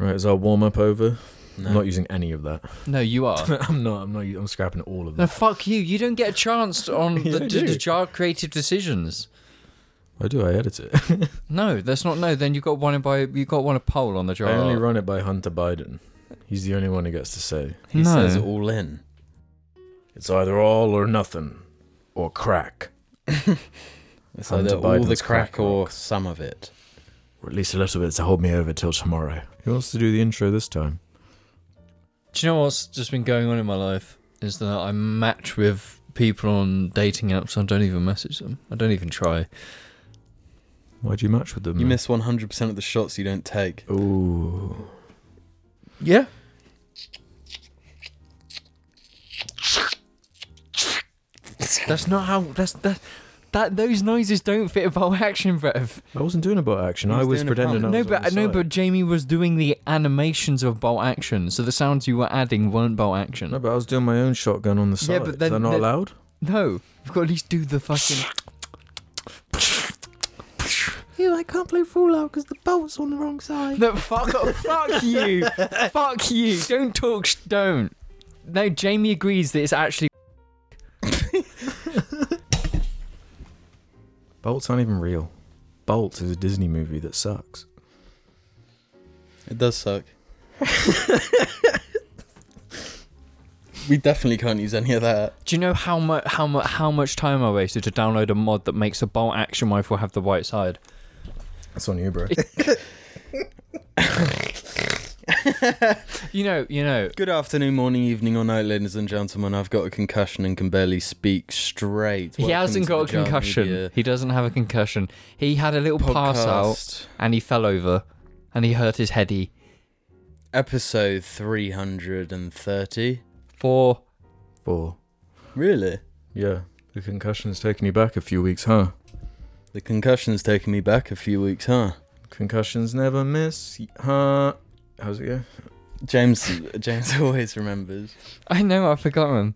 is our warm up over? No. I'm not using any of that. No, you are. I'm not. I'm not. u- I'm scrapping all of No, that. fuck you. You don't get a chance on Yeah, the, I the, the do. jar of creative decisions. Why do I edit it? No, that's not. No, then you got one by you got one a poll on the jar. I only run it by Hunter Biden. He's the only one who gets to say No. He says "Oh." it all in. it's either all or nothing, or crack, It's Hunter either all the Biden's crack, crack or some of it. or at least a little bit to hold me over till tomorrow. Who wants to do the intro this time? Do you know what's just been going on in my life is that I match with people on dating apps. I don't even message them. I don't even try. Why do you match with them? You miss 100% of the shots you don't take. Ooh. Yeah. That's not how. That's that. That those noises don't fit about action, Bev. I wasn't doing about action. He I was was doing a pretending. I pump. was on No, but uh, the no, side. but Jamie was doing the animations of bolt action, so the sounds you were adding weren't bolt action. no, but I was doing my own shotgun on the side. Yeah, but then- is that not then- allowed? No, we've got to at least do the fucking. Yeah, I can't play Fallout because the bolt's on the wrong side. No, fuck, oh, fuck you, fuck you. Don't talk. Sh- don't. No, Jamie agrees that it's actually. Bolts aren't even real. Bolt is a Disney movie that sucks. It does suck. we definitely can't use any of that. Do you know how much how much how much time I wasted to download a mod that makes a bolt action rifle have the white side? That's on you, bro. You know, you know. Good afternoon, morning, evening, or night, ladies and gentlemen. I've got a concussion and can barely speak straight. he Welcome hasn't to got a the Jar concussion. Media He doesn't have a concussion. He had a little pass out Podcast, and he fell over and he hurt his heady. episode 330. For Four. Really? Yeah, the concussion's taken you back a few weeks, huh? The concussion's taken me back a few weeks, huh? Concussions never miss, huh? How's it go? James James always remembers. I know, I've forgotten.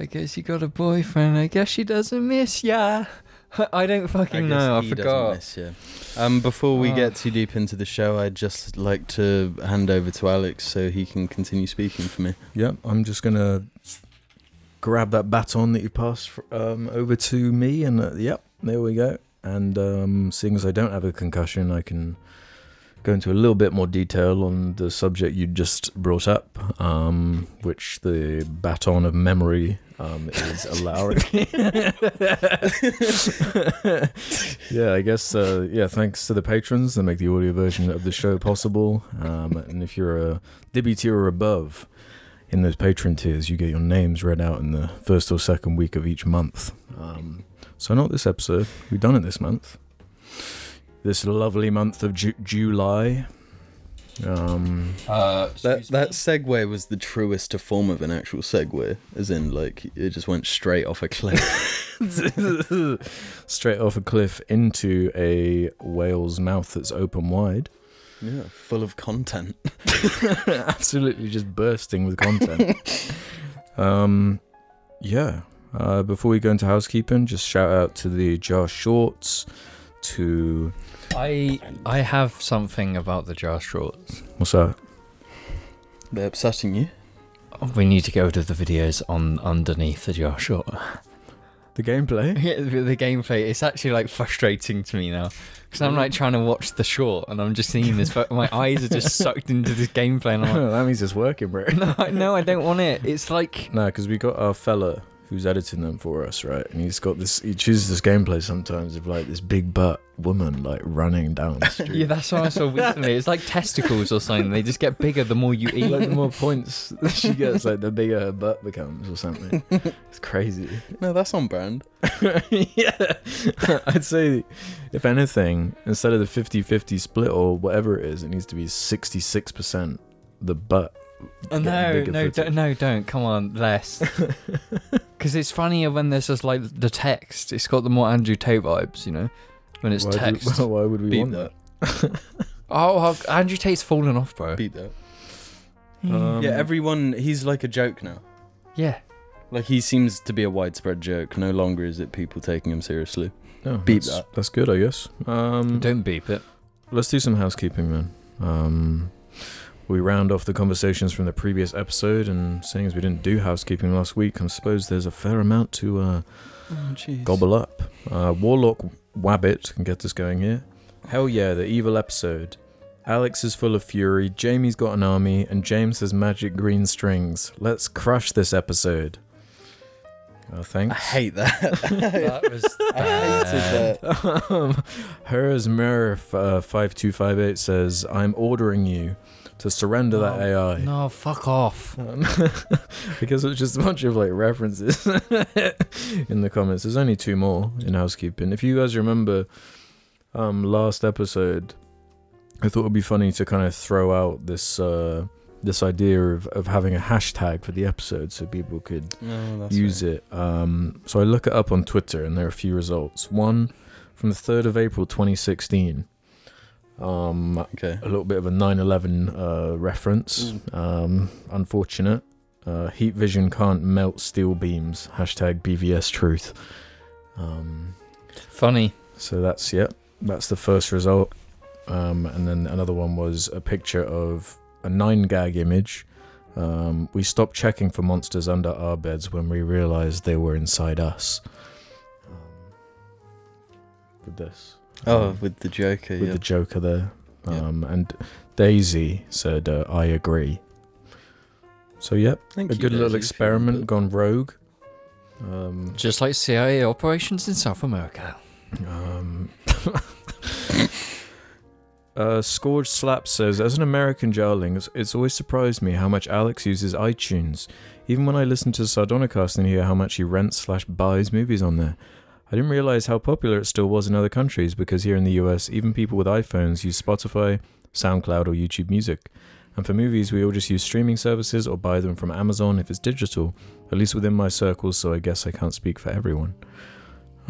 I guess you got a boyfriend. I guess she doesn't miss ya. I don't fucking know. I he doesn't forgot. miss you. Um, before we Ah. get too deep into the show, I'd just like to hand over to Alex so he can continue speaking for me. Yep, I'm just gonna grab that baton that you passed fr- um, over to me, and uh, yep, there we go. And um, seeing as I don't have a concussion, I can go into a little bit more detail on the subject you just brought up, um, which the baton of memory um, is allowing. yeah, I guess. Uh, yeah, thanks to the patrons that make the audio version of the show possible. Um, and if you're a Dibby tier or above, in those patron tiers, you get your names read out in the first or second week of each month. Um, so not this episode. We've done it this month. This lovely month of Ju- July. Um, Uh, That that segue was the truest form of an actual segue, as in like it just went straight off a cliff. straight off a cliff into a whale's mouth that's open wide. yeah, full of content. absolutely just bursting with content. um, yeah. Uh, before we go into housekeeping, just shout out to the Jar Shorts. To I I have something about the jar shorts. what's that? They're upsetting you. We need to go to the videos on underneath the jar short. The gameplay. Yeah, the, the gameplay it's actually like frustrating to me now because I'm like trying to watch the short and I'm just seeing this. but my eyes are just sucked into this gameplay and I'm like, that means it's working, bro. no, I- no, I don't want it. It's like No, because we got our fella who's editing them for us, right? And he's got this. He chooses this gameplay sometimes of like this big butt woman like running down the street. yeah, that's what I saw recently. It's like testicles or something. They just get bigger the more you eat. Like the more points she gets, like the bigger her butt becomes, or something. It's crazy. No, that's on brand. yeah. I'd say, if anything, instead of the 50 50 split or whatever it is, it needs to be 66% the butt. Oh, getting no, bigger no, footage. don't, no, don't. Come on, less. Because it's funnier when there's just like the text. It's got the more Andrew Tate vibes, you know, when it's why do- text. why would we Beat want that. oh, oh, Andrew Tate's fallen off, bro. Beat that. that? Um, Mm. yeah, everyone. He's like a joke now. Yeah. Like he seems to be a widespread joke. No longer is it people taking him seriously. oh, beat that's, that. That's good, I guess. Um, Don't beep it. let's do some housekeeping, man. Um, we round off the conversations from the previous episode, and seeing as we didn't do housekeeping last week, I suppose there's a fair amount to uh, Oh, gobble up. Uh, Warlock Wabbit can get us going here. Hell yeah, the evil episode. Alex is full of fury, Jamie's got an army, and James has magic green strings. Let's crush this episode. Oh, I thanks. hate that. That was I hated that. um, hers Murph uh, five two five eight says, "I'm ordering you to surrender that AI." No, fuck off. Um, because it's just a bunch of like references in the comments. There's only two more in housekeeping. If you guys remember um, last episode, I thought it would be funny to kind of throw out this uh, this idea of, of having a hashtag for the episode so people could No, that's use right. it. Um, so I look it up on Twitter, and there are a few results. One from the 3rd of April 2016. Um, Okay. a little bit of a 9/11 uh, reference. Um, unfortunate. Uh, heat vision can't melt steel beams. Hashtag BVS truth. Um, Funny. so that's yeah. That's the first result. Um, and then another one was a picture of a nine gag image. Um, we stopped checking for monsters under our beds when we realized they were inside us. Um, with this um, Oh, with the Joker. with Yeah. the Joker there. Yeah. Um, And Daisy said, uh, I agree. So, yep, Thank a you, good little Daisy, for your experiment input. gone rogue. Um, Just like CIA operations in South America. um, uh, Scourge Slap says, As an American jarling, it's, it's always surprised me how much Alex uses iTunes. Even when I listen to Sardonicast and hear how much he rents slash buys movies on there. I didn't realize how popular it still was in other countries because here in the US, even people with iPhones use Spotify, SoundCloud, or YouTube Music. And for movies, we all just use streaming services or buy them from Amazon if it's digital, at least within my circles, so I guess I can't speak for everyone.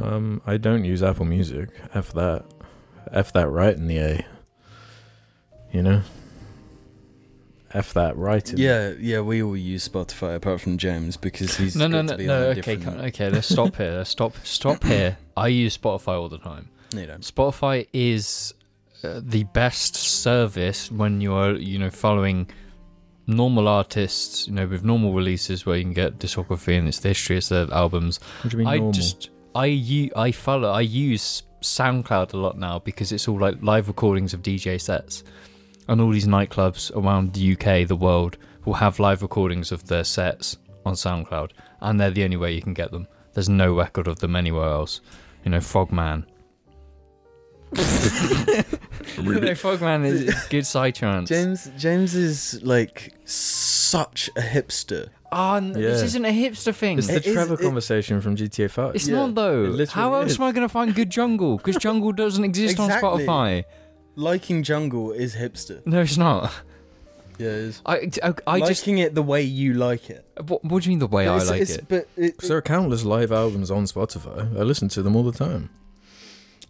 Um, I don't use Apple Music. F that. F that right in the A. You know? F that right in Yeah, yeah, we all use Spotify apart from James because he's No, no, got no, to be no. on a Okay, different- can't- okay. Let's stop here. Let's stop. Stop here. I use Spotify all the time. No, you don't. Spotify is uh, the best service when you are, you know, following normal artists, you know, with normal releases where you can get discography and it's the history, it's their albums. What do you mean I normal? just, I, u- I follow, I use SoundCloud a lot now because it's all like live recordings of DJ sets, and all these nightclubs around the UK, the world, will have live recordings of their sets on SoundCloud, and they're the only way you can get them. There's no record of them anywhere else. You know, Frogman. no, Frogman is is good side chance. James, James is like such a hipster. Ah, n- this Yeah. isn't a hipster thing. It's the It is- Trevor it- conversation from GTA 5. It's Yeah, not though. it literally How else is. am I going to find Good Jungle? Because Jungle doesn't exist on Exactly. Spotify. Liking jungle is hipster. No, it's not. Yeah, it is. I, I, I just. liking it the way you like it. What, what do you mean the way I It's- like it's- it? But it, 'Cause there are countless live albums on Spotify. I listen to them all the time.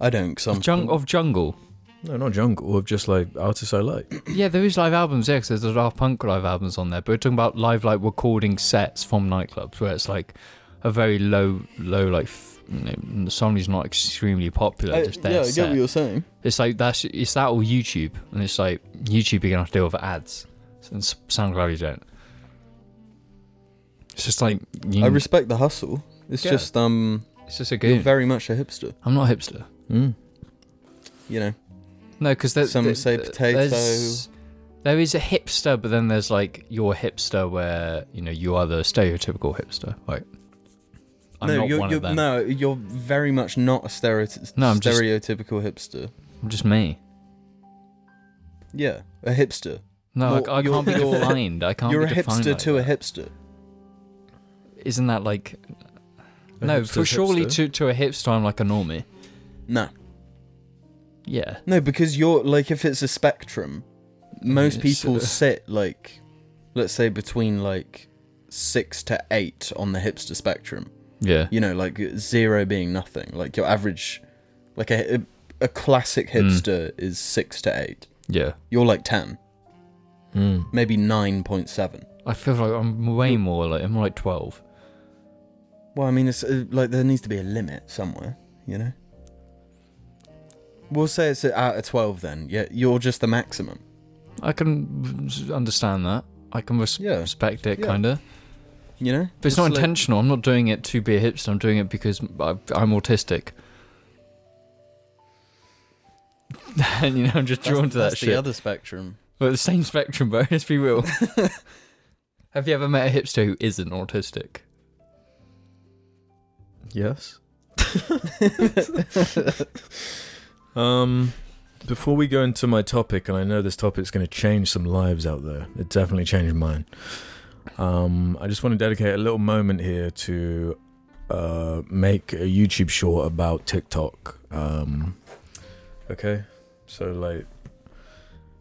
I don't. Some Jung- of Jungle. No, not jungle, of just like artists I like. Yeah, there is live albums. Yeah, 'cause there's the Daft Punk live albums on there. But we're talking about live like recording sets from nightclubs where it's like a very low, low like. F- you know, the song is not extremely popular. I, just their yeah, I get set. what you're saying. It's like that's it's that or YouTube, and it's like YouTube you're gonna have to deal with ads, and S- SoundCloud you don't. It's just like you, I respect the hustle. It's Yeah. just um, it's just a you're goon. very much a hipster. I'm not a hipster. Mm. You know, No, because there's Some say potato. There is a hipster, but then there's like your hipster, where you know you are the stereotypical hipster. Like I'm no, not you're, one you're of them. no, you're very much not a stereoty- No, I'm just- stereotypical hipster. I'm just me. Yeah, a hipster. No, Well, I, I you're- can't be you're- defined. I can't. you're a be defined hipster like to that. a hipster. Isn't that like A no? hipster's For surely hipster. to to a hipster, I'm like a normie. No, Yeah. no, because you're like if it's a spectrum, most It's, people uh, sit like, let's say between like six to eight on the hipster spectrum. Yeah. You know, like zero being nothing. Like your average, like a a classic Hmm. hipster is six to eight. Yeah. You're like ten, Mm. maybe nine point seven. I feel like I'm way more like I'm like twelve. Well, I mean, it's uh, like there needs to be a limit somewhere, you know. We'll say it's out of twelve then. Yeah, you're just the maximum. I can understand that. I can res- Yeah. respect it, Yeah. kind of. You know, But it's, not like- intentional. I'm not doing it to be a hipster. I'm doing it because I, I'm autistic. and you know, I'm just That's- drawn to that that's shit. the other spectrum. But the same spectrum, bro. Let's be real. Have you ever met a hipster who isn't autistic? Yes. um, before we go into my topic, and I know this topic's going to change some lives out there. It definitely changed mine. Um, I just want to dedicate a little moment here to uh, make a YouTube short about TikTok. Um, okay, so like,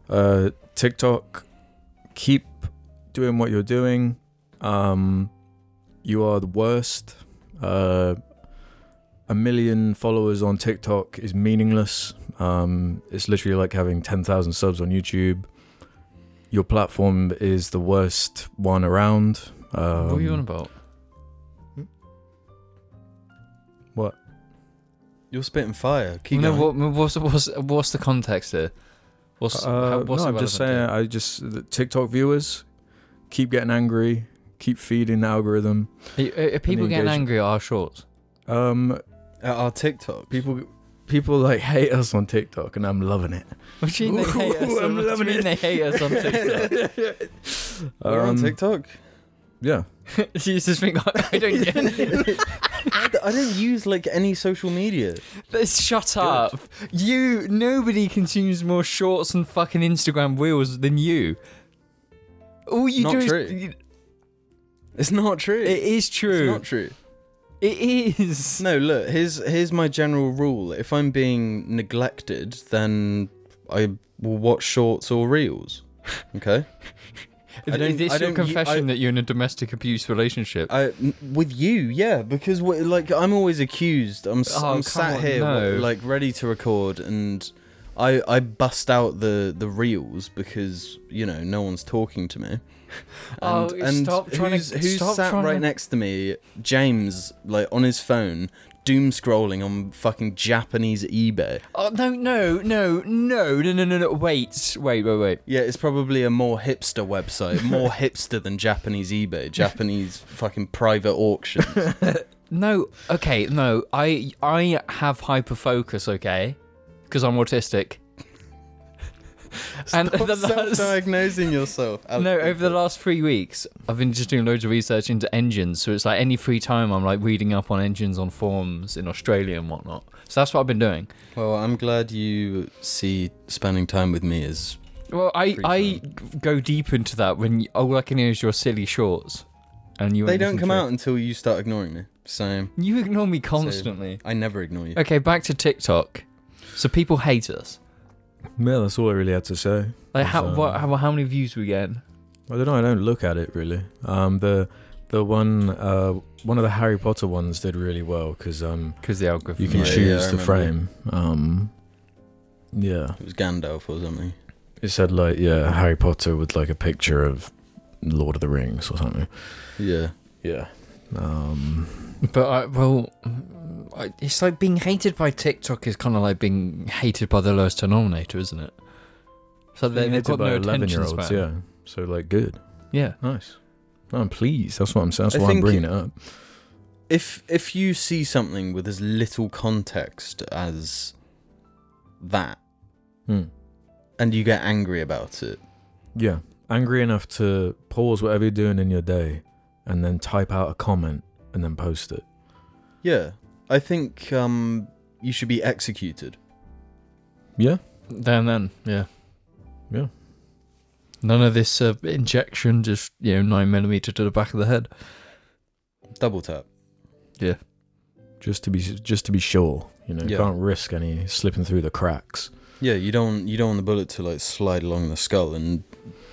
uh, TikTok, keep doing what you're doing. Um, you are the worst. Uh, a million followers on TikTok is meaningless. Um, it's literally like having 10,000 subs on YouTube. Your platform is the worst one around. Um, what are you on about? You're spitting fire. Keep You know going. what? What's, what's what's the context here? What's, how, Uh, what's no, it I'm just saying. relevant I just the TikTok viewers keep getting angry, keep feeding the algorithm. to? Are, are people getting uh, engagement. angry at our shorts? Um, At our TikTok. people, people like hate us on TikTok, and I'm loving it. What do you mean they hate us? Ooh, on- I'm what do you loving mean it. they hate us on TikTok? We're on Um, TikTok. Yeah, you just think I don't get it. I, d- I don't use like any social media. Let's shut up. You nobody consumes more shorts and fucking Instagram reels than you. All you Not do true. is you- It's not true. it is It's true. not true. It is. No, look. Here's here's my general rule. If I'm being neglected, then I will watch shorts or reels. Okay. I don't- is this I your don't u- confession I- that you're in a domestic abuse relationship? I n- with you, yeah, because wh- like I'm always accused. I'm s Oh, come am sat on, here no. like ready to record, and I I bust out the the reels because you know no one's talking to me. And, Oh, stop trying to- who's, who's stop sat trying right to- next to me? James, like on his phone, doom scrolling on fucking Japanese eBay. oh no no no no no no no no! Wait wait wait wait. Yeah, it's probably a more hipster website, more hipster than Japanese eBay, Japanese fucking private auction. No, okay, no. I I have hyper focus, okay, because I'm autistic. and the last, self-diagnosing yourself. no, over the last three weeks, I've been just doing loads of research into engines. So it's like any free time, I'm like reading up on engines on forums in Australia and whatnot. So that's what I've been doing. Well, I'm glad you see spending time with me is. Well, I Free I g- go deep into that when y all I can hear is your silly shorts, and you. They ain't don't listening come to it. out until you start ignoring me. So You ignore me constantly. I never ignore you. Okay, back to TikTok. So people hate us. yeah, that's all I really had to say. Like how So- um, what, how, how many views we get? I don't know. I don't look at it really. Um, the the one uh, one of the Harry Potter ones did really well because um, Because the algorithm. you can Oh, Yeah, right? choose yeah, I the remember. frame. Um, yeah, It was Gandalf or something. it said like yeah Harry Potter with like a picture of Lord of the Rings or something. Yeah. Yeah. Um, But I, well, mm, I, it's like being hated by TikTok is kind of like being hated by the lowest denominator, isn't it? So they, they've got no attention span. Yeah. So like good, yeah. nice. No, I'm pleased. That's what I'm. That's I why I'm think- bringing it up. If if you see something with as little context as that, Hmm. and you get angry about it, Yeah. Angry enough to pause whatever you're doing in your day, and then type out a comment and then post it. yeah, I think um you should be executed. Yeah. Down then, yeah. Yeah. None of this uh, injection, just you know, nine millimeter to the back of the head. Double tap. just to be just to be sure. You know, Yeah. can't risk any slipping through the cracks. Yeah, you don't you don't want the bullet to like slide along the skull, and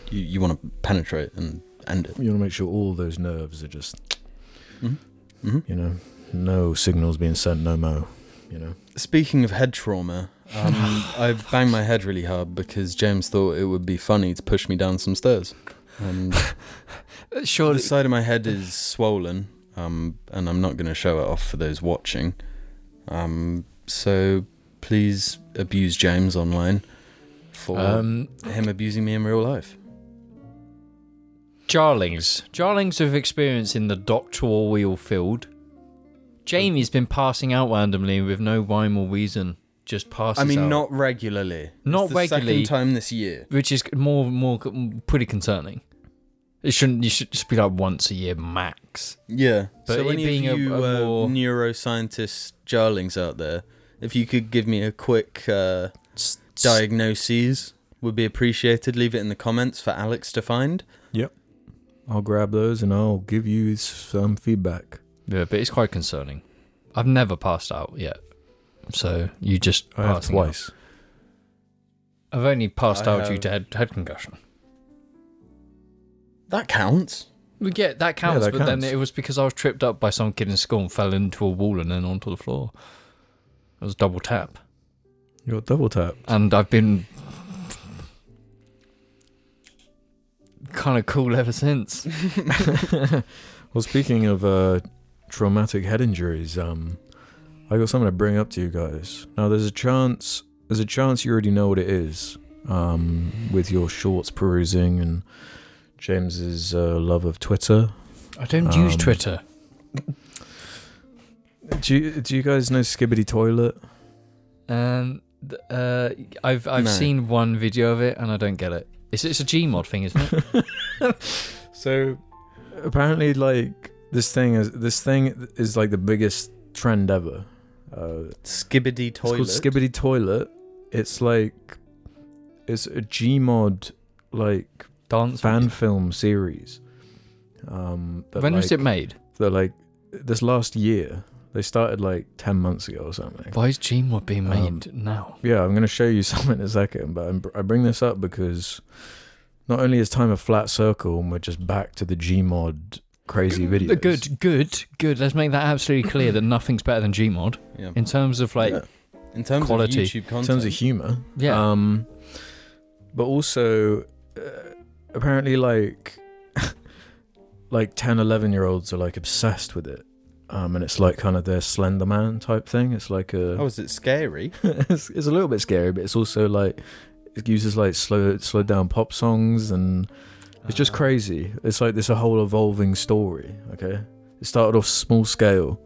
you you want to penetrate and end it. You want to make sure all those nerves are just, Mm-hmm. you know, no signals being sent, no mo. You know, Speaking of head trauma, um, I banged my head really hard because James thought it would be funny to push me down some stairs. Um, Uh, Surely, the side of my head is swollen, um, and I'm not going to show it off for those watching. Um, so please abuse James online. for Um, him abusing me in real life. Jarlings. Jarlings with experience in the doctoral wheel field. Jamie's been passing out randomly with no rhyme or reason. Just passes I mean, out, not regularly. Not it's the regularly. Second time this year. which is more more c- pretty concerning. It shouldn't. You should just be like once a year max. Yeah. But so it any being a- of you a uh, more- neuroscientist jarlings out there, if you could give me a quick uh, S- s- diagnoses, would be appreciated. Leave it in the comments for Alex to find. I'll grab those and I'll give you some feedback. Yeah, but it's quite concerning. I've never passed out yet, so you just I have passing out. twice. I've only passed I out due have- to head, head concussion. That counts. Well, yeah, that counts. that but counts. then it was because I was tripped up by some kid in school and fell into a wall and then onto the floor. It was double tap, You got double tap. and I've been kind of cool ever since. Well, speaking of uh, traumatic head injuries, um, I got something to bring up to you guys. Now, there's a chance. There's a chance you already know what it is, um, with your shorts perusing and James's uh, love of Twitter. I don't use Um, Twitter. Do you, do you guys know Skibbity Toilet? Um, th- uh, I've I've No. seen one video of it and I don't get it. It's it's a Gmod thing, isn't it? So apparently, like this thing is this thing is like the biggest trend ever. Uh, Skibbity toilet. It's called Skibbity Toilet. It's like it's a Gmod like Dance. fan film series. Um, that, when was like- it made? That like this last year. They started like ten months ago or something. Why is Gmod being Um, made now? Yeah, I'm gonna show you some in a second, but I'm, I bring this up because not only is time a flat circle, and we're just back to the Gmod crazy videos. Good, good, good. Let's make that absolutely clear that nothing's better than Gmod Yeah. in terms of like Yeah. In terms quality. of YouTube content. in terms of humor. yeah. Um, but also, uh, apparently, like, like 10, 11 year olds are like obsessed with it. Um, and it's like kind of their Slender Man type thing. It's like a, oh, is it scary? it's, it's a little bit scary, but it's also like, it uses like slow, slowed down pop songs and it's just Uh, crazy. It's like this a whole evolving story. Okay, it started off small scale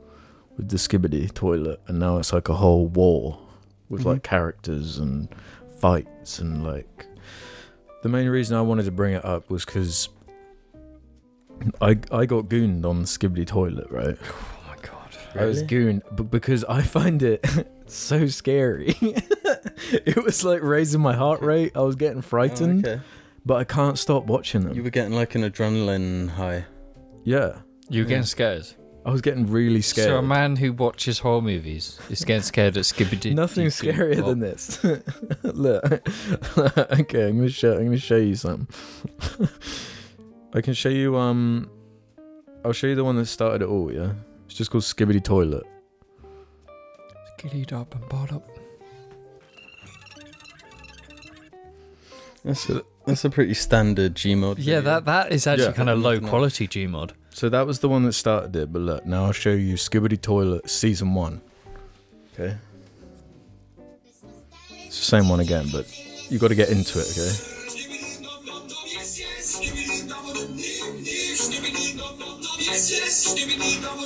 with the Skibbity toilet, and now it's like a whole war with like Mhm. characters and fights and like. The main reason I wanted to bring it up was because I I got gooned on the Skibbity toilet, right? Oh my god. I was gooned b- because I find it so scary. it was like raising my heart rate. I was getting frightened, Oh, okay. but I can't stop watching them. You were getting like an adrenaline high. yeah. You're Yeah. getting scared. I was getting really scared. So a man who watches horror movies is getting scared at Skibbity. Nothing scarier than this. Look, okay, I'm gonna show. I'm gonna show you some. I can show you. Um, I'll show you the one that started it all. Yeah, it's just called Skibbity Toilet. Skibbity up and bottom. That's a, that's a pretty standard Gmod. Yeah, video. that that is actually Yeah. kind of low Nothing else. quality Gmod. So that was the one that started it. But look, now I'll show you Skibbity Toilet season one. Okay. It's the same one again, but you got to get into it. Okay.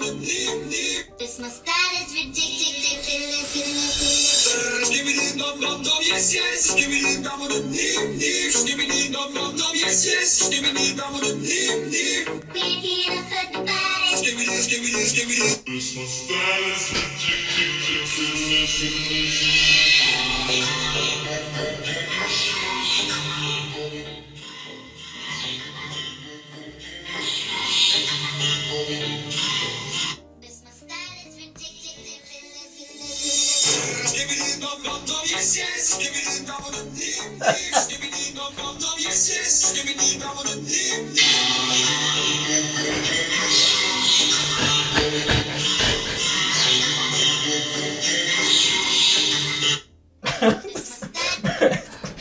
This my style is ridiculous. We're here for the body. This my style is ridiculous.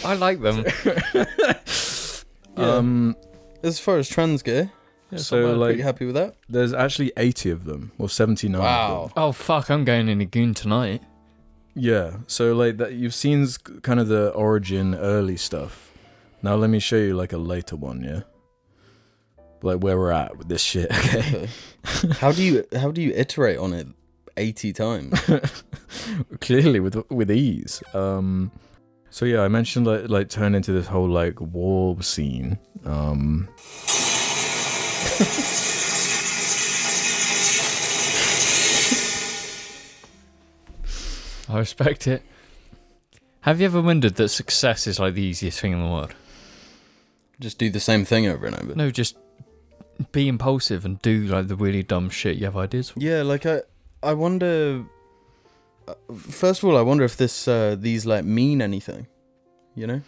I like them. Yeah. Um. As far as trends go, so like, pretty happy with that. there's actually 80 of them, or 79. Of them. oh fuck, I'm going in a goon tonight. Yeah. So like that you've seen s- kind of the origin early stuff. Now let me show you like a later one, yeah. Like where we're at with this shit, okay? How do you how do you iterate on it eighty times? Clearly with with ease. Um so yeah, I mentioned like like turn into this whole like war scene. Um I respect it. Have you ever wondered that success is like the easiest thing in the world? Just do the same thing over and over. No, just be impulsive and do like the really dumb shit you have ideas for. Yeah, like I I wonder. uh, First of all, I wonder if this uh, these like mean anything. You know,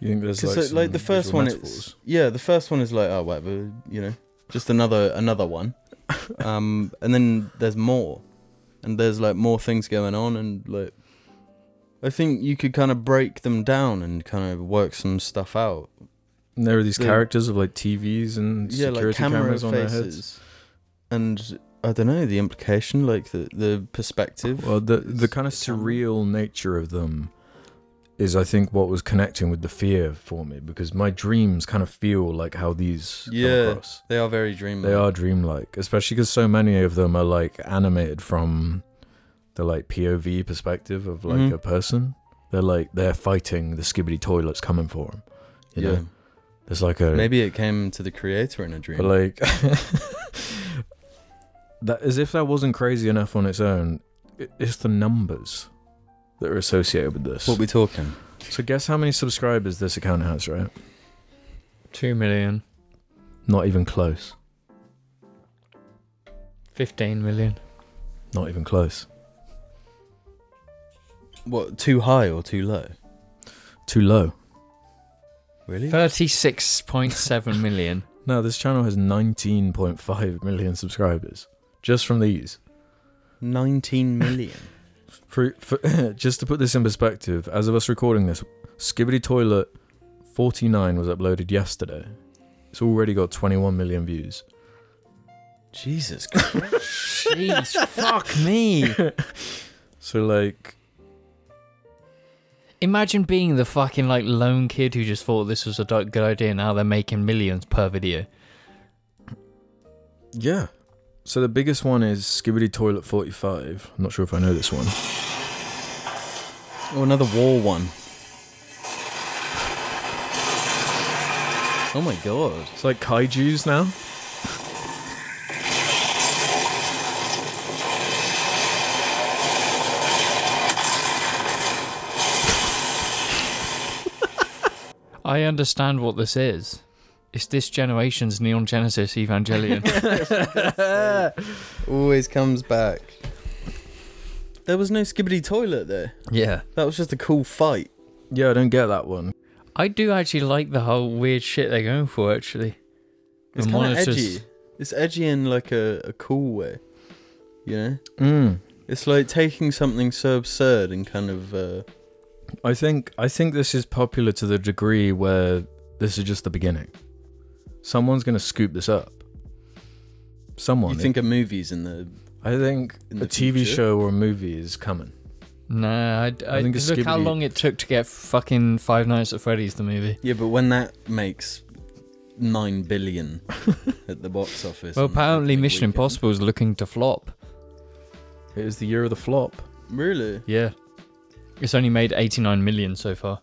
you think there's because like, like, like some the first visual one, metaphors? it's yeah, the first one is like oh whatever, you know, just another another one. um, and then there's more, and there's like more things going on, and like I think you could kind of break them down and kind of work some stuff out. And there are these the- characters of like TVs and yeah, security like camera cameras on their heads. faces, and I don't know the implication, like the the perspective. Well, the the It's kind of a camera. surreal nature of them is, I think, what was connecting with the fear for me because my dreams kind of feel like how these come Yeah. across. They are very dreamlike. They are dreamlike, especially because so many of them are like animated from the like POV perspective of like Mhm. a person. They're like they're fighting the skibbity toilets coming for them. You know, there's like a Maybe it came to the creator in a dream. but like that, as if that wasn't crazy enough on its own. i- It's the numbers that are associated with this. what we talking? so guess how many subscribers this account has, right? Two million, Not even close. fifteen million. Not even close. What too high or too low? Too low. Really? 36.7 million. No, this channel has 19.5 million subscribers just from these. Nineteen million. For, for just to put this in perspective, as of us recording this, Skibbity Toilet 49 was uploaded yesterday. It's already got 21 million views. Jesus. Christ. Jeez, fuck me. So like Imagine being the fucking like lone kid who just thought this was a du- good idea. Now they're making millions per video. Yeah. So the biggest one is Skibbity Toilet 45. I'm not sure if I know this one. oh, another war one. Oh my god. It's like kaiju's now. I understand what this is. It's this generation's Neon Genesis Evangelion. Always comes back. There was no skibbity toilet there. yeah. That was just a cool fight. Yeah, I don't get that one. I do actually like the whole weird shit they're going for, actually. It's The kind of monitors- edgy. It's edgy in like a, a cool way. You know? Mm. It's like taking something so absurd and kind of uh, I think I think this is popular to the degree where this is just the beginning. Someone's gonna scoop this up. Someone. you think of movies in the I think in a the TV future? show or a movie is coming. Nah, I, I- think it's look how Ghibli. long it took to get fucking Five Nights at Freddy's the movie. yeah, but when that makes nine billion at the box office. Well, on the apparently big Mission weekend. Impossible is looking to flop. It is the year of the flop. Really? Yeah. It's only made 89 million so far.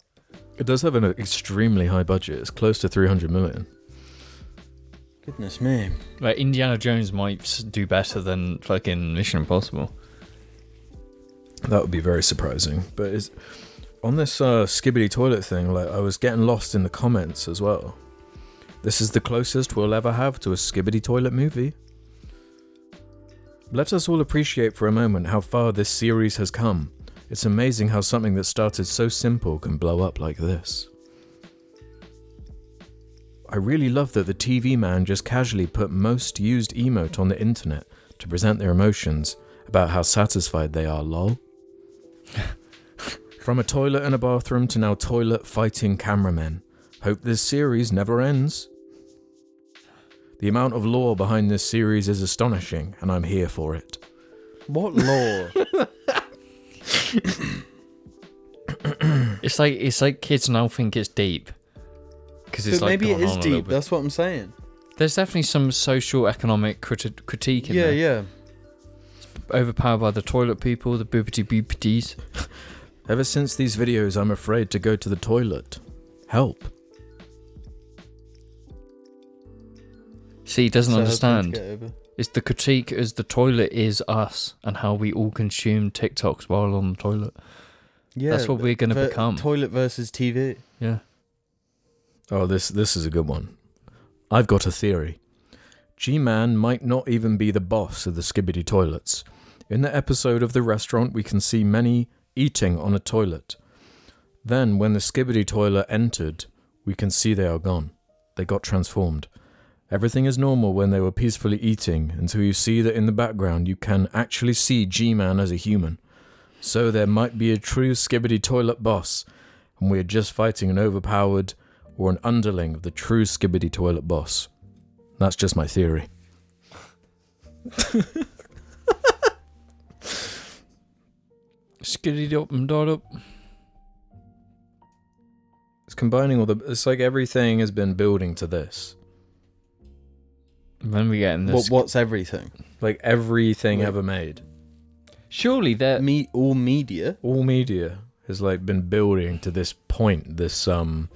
It does have an extremely high budget. It's close to 300 million. Goodness me. Like Indiana Jones might s- do better than fucking Mission Impossible. That would be very surprising. But it's, on this uh, skibbity toilet thing, like I was getting lost in the comments as well. This is the closest we'll ever have to a skibbity toilet movie. Let us all appreciate for a moment how far this series has come. It's amazing how something that started so simple can blow up like this. I really love that the TV man just casually put most used emote on the internet to present their emotions about how satisfied they are, lol. From a toilet and a bathroom to now toilet fighting cameramen. Hope this series never ends. The amount of lore behind this series is astonishing, and I'm here for it. What law? It's like it's like kids now think it's deep because it's But like maybe it gone is on a little deep. bit. That's what I'm saying. There's definitely some social economic criti- critique in Yeah, there. yeah. Overpowered by the toilet people, the boopity boopities. Ever since these videos, I'm afraid to go to the toilet. Help. See, he doesn't So how's that to understand. get over? It's the critique is the toilet is us and how we all consume TikToks while on the toilet. Yeah, That's what but- we're gonna but become. Toilet versus TV. yeah. Oh, this this is a good one. I've got a theory. G-Man might not even be the boss of the Skibbity toilets. In the episode of the restaurant, we can see many eating on a toilet. Then, when the Skibbity toilet entered, we can see they are gone. They got transformed. Everything is normal when they were peacefully eating until you see that in the background you can actually see G-Man as a human. So there might be a true Skibbity toilet boss, and we are just fighting an overpowered or an underling of the true Skibbity toilet boss. That's just my theory. Skiddy mm, up and dot up. It's combining all the. It's like everything has been building to this. And Then we get in What, this. what's everything? Like everything Like- ever made, Surely that Me, all media. all media has like been building to this point. This um,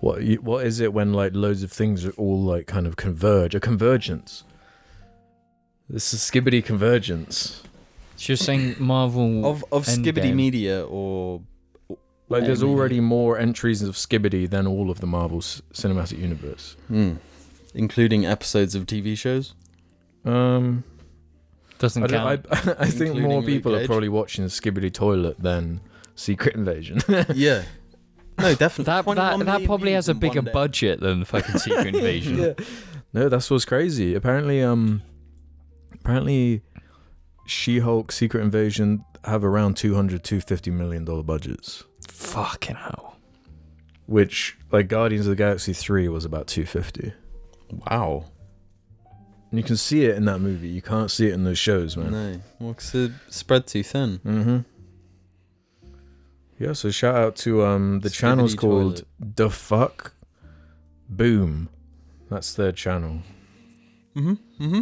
what you- what is it when like loads of things are all like kind of converge? A convergence. This is Skibbity convergence. she's saying Marvel of of skibbity Endgame. media or Like there's Everything. already more entries of Skibbity than all of the Marvel c- Cinematic Universe. Hmm. including episodes of TV shows. Um, doesn't I, count. don't- I, I think Including more Luke people are Cage. probably watching Skibbity Toilet than Secret Invasion. yeah. No, definitely. that 21 that, that million probably views has a in bigger one day. budget than fucking Secret Invasion. no, that's what's crazy. Apparently, um, apparently, She-Hulk, Secret Invasion have around 200, 250 million dollar budgets, Fucking hell. which like Guardians of the Galaxy three was about 250. Wow. And you can see it in that movie. You can't see it in those shows, man. No, well, 'cause it spread too thin. Mm-hmm. Yeah, so shout out to um the Skibbity channel's called The Fuck Boom. That's their channel. Mm-hmm. Mm-hmm.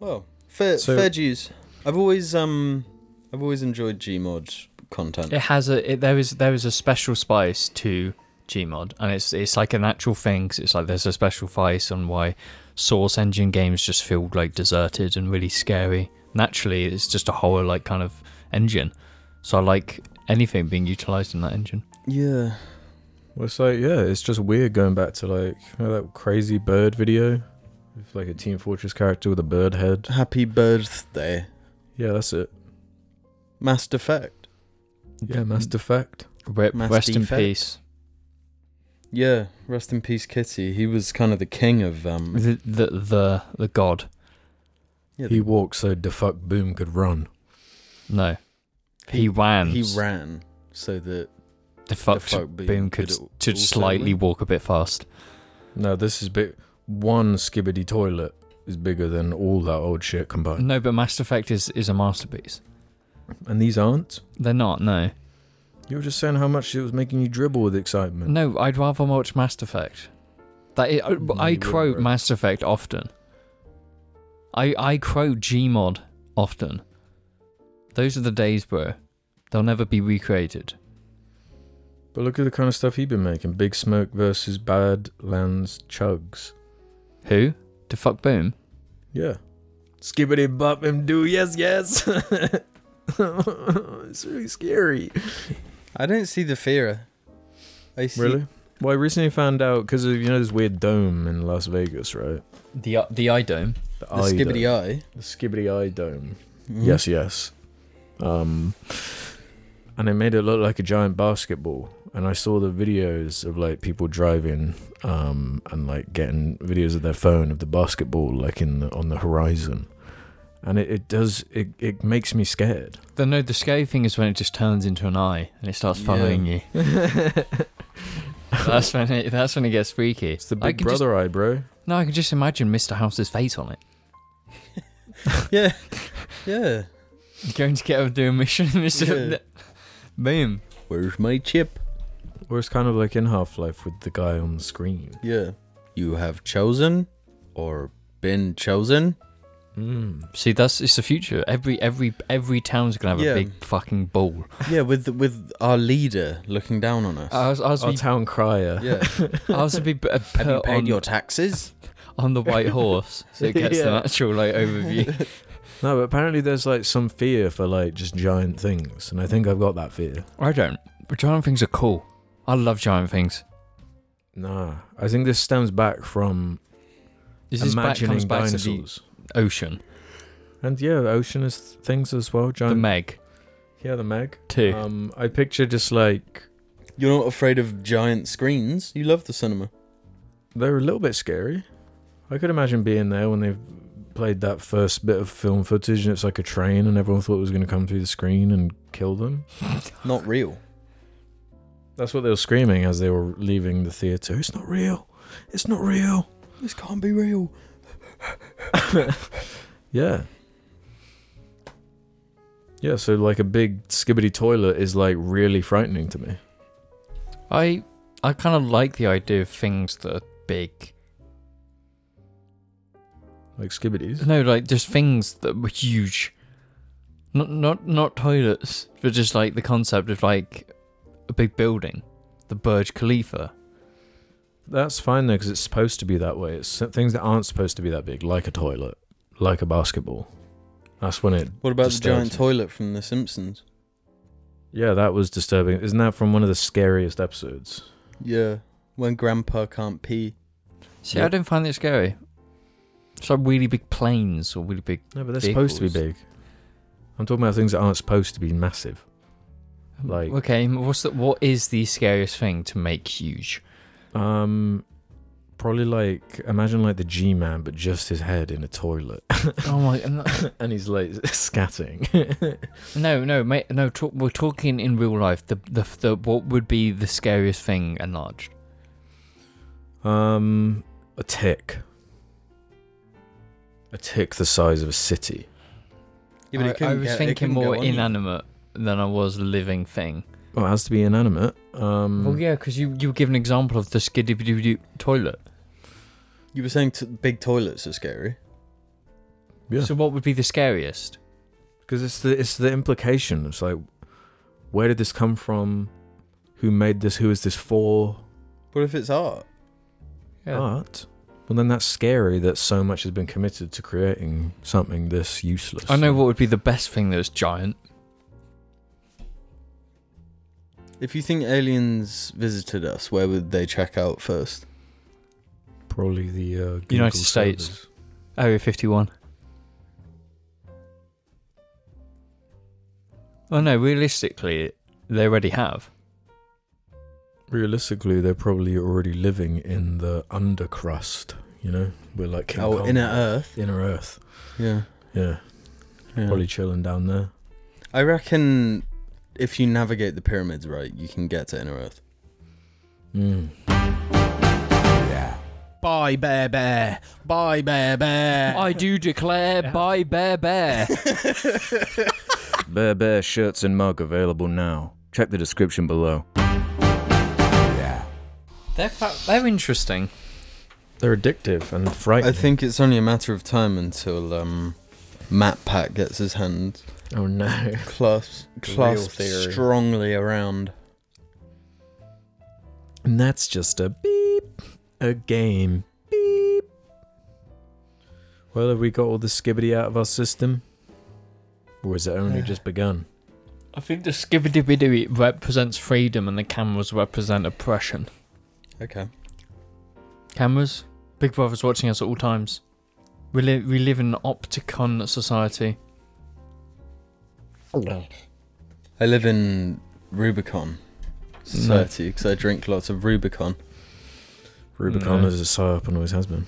Well, fair, So- fair dues. I've always um, I've always enjoyed Gmod content. It has a it, there is there is a special spice to Gmod, and it's it's like an actual thing. 'cause it's like there's a special spice on why Source Engine games just feel like deserted and really scary. Naturally, it's just a horror like kind of engine. So I like anything being utilized in that engine. Yeah. Well, it's like yeah, it's just weird going back to like you know, that crazy bird video, with like a Team Fortress character with a bird head. Happy birthday, Yeah, that's it. Mass Effect. Yeah, Mass Effect. Rip, Mass rest in Defect. peace. Yeah. Rest in peace, Kitty. He was kind of the king of um. The, the the the god. Yeah, He the- walked so the fuck Boom could run. No, he ran. he ran so that The fuck, The fuck boom, Boom could could al- to also slightly win. walk a bit fast. No, this is big. One Skibbity toilet is bigger than all that old shit combined, No, but Mass Effect is is a masterpiece. and these aren't. They're not. No, You were just saying how much it was making you dribble with excitement. no. I'd rather watch Mass Effect. That i I, No, I you quote wouldn't. Mass Effect often. I I quote Gmod often. Those are the days, bro. They'll never be recreated. But look at the kind of stuff he'd been making. Big Smoke versus Badlands Chugs. Who? To fuck boom. Yeah. Skibbity bop him do yes yes. it's really scary. I don't see the fear. I see. Really? Well, I recently found out because of you know this weird dome in Las Vegas, right? The uh, the eye dome. The, The skibbity dome. eye. The Skibbity Eye Dome. Mm-hmm. Mhm. Yes, yes. Um, and it made it look like a giant basketball. And I saw the videos of like people driving, um, and like getting videos of their phone of the basketball like in the, on the horizon. And it, it does it, it makes me scared. The no. The scary thing is when it just turns into an eye and it starts Yeah. following you. That's when it, that's when it gets freaky. It's the I big can just- brother eye, bro. no, I can just imagine Mr. House's face on it. Yeah. Yeah. Going together doing mission. It's just- Yeah. Boom. Where's my chip? Or it's kind of like in Half Life with the guy on the screen. Yeah. You have chosen or been chosen. Mm. See, that's it's the future. Every every every town's gonna have Yeah. a big fucking ball. Yeah, with with our leader looking down on us. Ours, ours, Our be, town crier. yeah. ours would be b- uh, have you put paid on, your taxes? on the white horse, so it gets Yeah. the actual like overview. No, but apparently there's like some fear for like just giant things, and I think I've got that fear. I don't. But giant things are cool. I love giant things. Nah, I think this stems back from This is back imagining comes back to the dinosaurs. ocean, And yeah, ocean is things as well. the Giant. Meg yeah, the Meg. too. Um, I picture just like You're not afraid of giant screens. You love the cinema. they're a little bit scary. I could imagine being there when they've played that first bit of film footage, and it's like a train, and everyone thought it was going to come through the screen and kill them. Not real. That's what they were screaming as they were leaving the theater. It's not real. It's not real. This can't be real. Yeah. Yeah, so like a big skibbity toilet is like really frightening to me. I I kind of like the idea of things that are big. Like skibbities. No, like just things that were huge. Not not not toilets, but just like the concept of like a big building, the Burj Khalifa. That's fine though, because it's supposed to be that way. It's things that aren't supposed to be that big, like a toilet, like a basketball. That's when it. What about the disturbs giant me. toilet from The Simpsons? Yeah, that was disturbing. Isn't that from one of the scariest episodes? Yeah. When Grandpa can't pee. See, I Yep. don't find it scary. It's like really big planes or really big. No, but they're supposed to be big. I'm talking about things that aren't supposed to be massive. Like- okay, what's the, what is the scariest thing to make huge? Um, probably like imagine like the G-Man, but just his head in a toilet, Oh my! no- and he's like scatting. No, no, mate, no. Talk, we're talking in real life. The, the the what would be the scariest thing enlarged? Um, a tick. A tick the size of a city. I, I was thinking more inanimate than I was living thing. Well, it has to be inanimate. Um, Well, yeah, because you, you were given an example of the skiddy toilet. You were saying t- big toilets are scary. Yeah. So what would be the scariest? because it's the it's the implication. It's like, where did this come from? Who made this? Who is this for? What if it's art? Art. Well, then that's scary that so much has been committed to creating something this useless. I know what would be the best thing that's giant. If you think aliens visited us, where would they check out first? Probably the uh, Google United States. servers. Area 51. Oh no, realistically, they already have. Realistically, they're probably already living in the undercrust. You know, we're like King oh, Kong. inner Earth. inner Earth. Yeah. Yeah, yeah. probably chilling down there. I reckon if you navigate the pyramids right, you can get to inner Earth. Mm. Bye, bear, bear. Bye, bear, bear. I do declare by Bear Bear. Bear Bear shirts and mug available now. Check the description below. they're, fa- they're interesting. They're addictive and frightening. I think it's only a matter of time until um, Matt Pat gets his hand Oh no. clasps, Real clasped theory. strongly around. And that's just a beep, a game. Beep. Well, have we got all the skibbity out of our system? Or is it only just begun? I think the skibidi represents freedom and the cameras represent oppression. Okay. Cameras, Big Brother's watching us at all times. We, li- we live in an opticon society. I live in Rubicon Society because I drink lots of Rubicon. Rubicon No. is a psyop and always has been.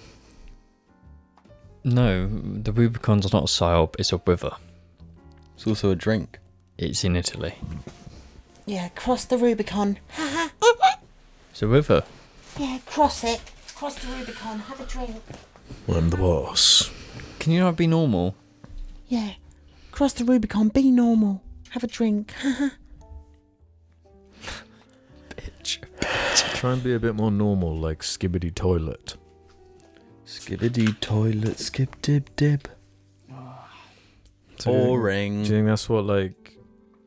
No, the Rubicon's not a psyop, it's a river. It's also a drink. It's in Italy. Yeah, cross the Rubicon. Haha. It's a river. yeah, cross it. Cross the Rubicon. Have a drink. Well, I'm the boss. Can you not be normal? Yeah. Cross the Rubicon. Be normal. Have a drink. Ha ha. Bitch. Try and be a bit more normal, like Skibbity Toilet. Skibbity toilet, skip dib dib. So do you- Do you Boring. think that's what like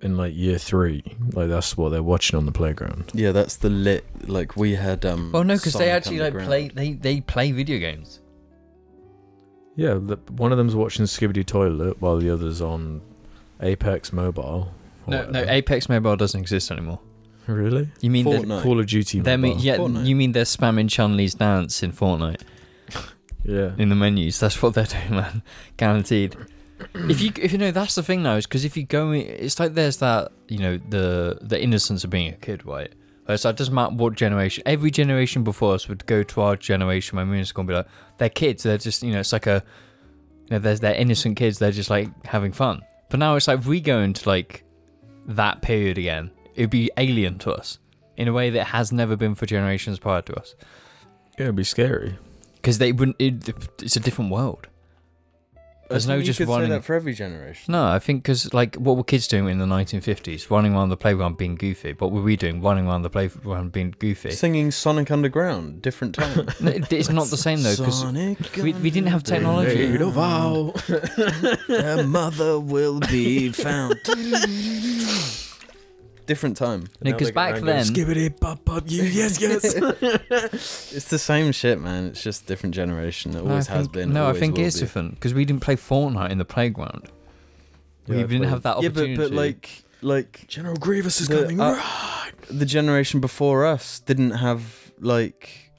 in like year three, like that's what they're watching on the playground? Yeah, that's the lit. Like we had. um Oh no, because they Sonic actually like play. Underground. They they play video games. Yeah, the, one of them's watching Skibbity Toilet while the other's on Apex Mobile. or No, no. whatever. Apex Mobile doesn't exist anymore. really? You mean that? Fortnite. Call of Duty. They mean Mobile. yeah. Fortnite. You mean they're spamming Chun Li's dance in Fortnite yeah. in the menus? That's what they're doing, man. Guaranteed. If you if you know that's the thing now is because if you go, in- it's like there's that you know the the innocence of being a kid, right? It's like it doesn't matter what generation. Every generation before us would go to our generation when we were in school and be like, they're kids. They're just you know it's like a you know, there's they're innocent kids. They're just like having fun. But now it's like if we go into like that period again, it'd be alien to us in a way that has never been for generations prior to us. Yeah, it'd be scary. Because they wouldn't. It, it's a different world. I There's no think you just could one Say in- that for every generation. No, I think because like what were kids doing in the 1950s? Running around the playground being goofy. What were we doing? Running around the playground being goofy. Singing Sonic Underground, different time. No, it- it's not the same though because Sonic we, we didn't have technology. Made a vow. Her mother will be found. Different time. Now Because they go back around going, then, Skibbity pop pop. You yes yes. It's the same shit, man. It's just different generation. It no, I always has think- been. No, I always think will it's be. different because we didn't play Fortnite in the playground. Yeah, we I didn't have that Yeah, opportunity. but, but like like General Grievous is The- coming. uh, right. the generation before us didn't have like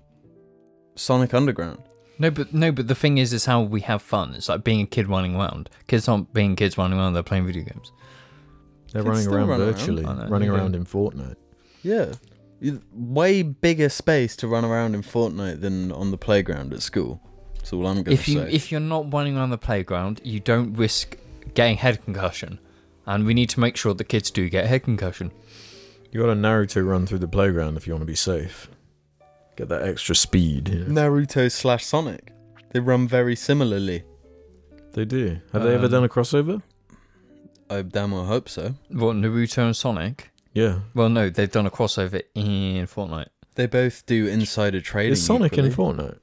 Sonic Underground. No, but no, but the thing is, is how we have fun. It's like being a kid running around. Kids aren't being kids running around; they're playing video games. They're Kids running still around run around. virtually, I know, running yeah. around in Fortnite. Yeah. You- Way bigger space to run around in Fortnite than on the playground at school. That's all I'm gonna If you say. if you're not running around the playground, you don't risk getting head concussion, and we need to make sure the kids do get head concussion. You got a Naruto run through the playground if you want to be safe. Get that extra speed. Naruto slash Sonic, they run very similarly. They do. Have they ever Um, done a crossover? I damn well hope so. Well, Naruto and Sonic. Yeah. Well, no, they've done a crossover in Fortnite. They both do insider trading. Is Sonic equally. in Fortnite?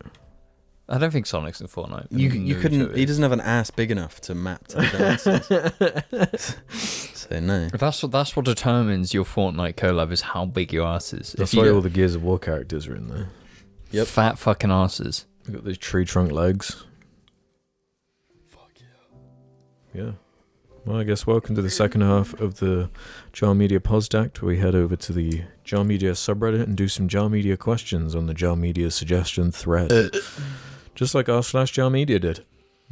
I don't think Sonic's in Fortnite. but You Naruto you couldn't. He is. doesn't have an ass big enough to map to the dancers. so no. That's what that's what determines your Fortnite collab is how big your ass is. That's if why you all the Gears of War characters are in there. Yep. fat fucking asses. They got those tree trunk legs. Yeah. Well, I guess welcome to the second half of the Jar Media Posdact, where we head over to the Jar Media subreddit and do some Jar Media questions on the Jar Media suggestion thread. Uh. Just like r slash Jar Media did,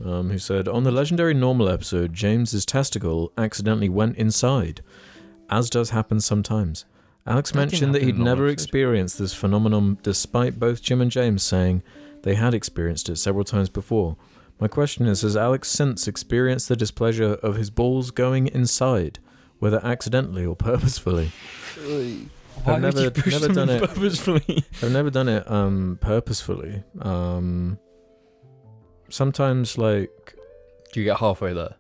um, who said, On the legendary normal episode, James's testicle accidentally went inside, as does happen sometimes. Alex That didn't mentioned that happen in he'd the Normal never episode. experienced this phenomenon despite both Jim and James saying they had experienced it several times before. My question is Has Alex since experienced the displeasure of his balls going inside, whether accidentally or purposefully? I've would never, you push never them done it. purposefully? I've never done it um, purposefully. Um, sometimes, like, Do you get halfway there?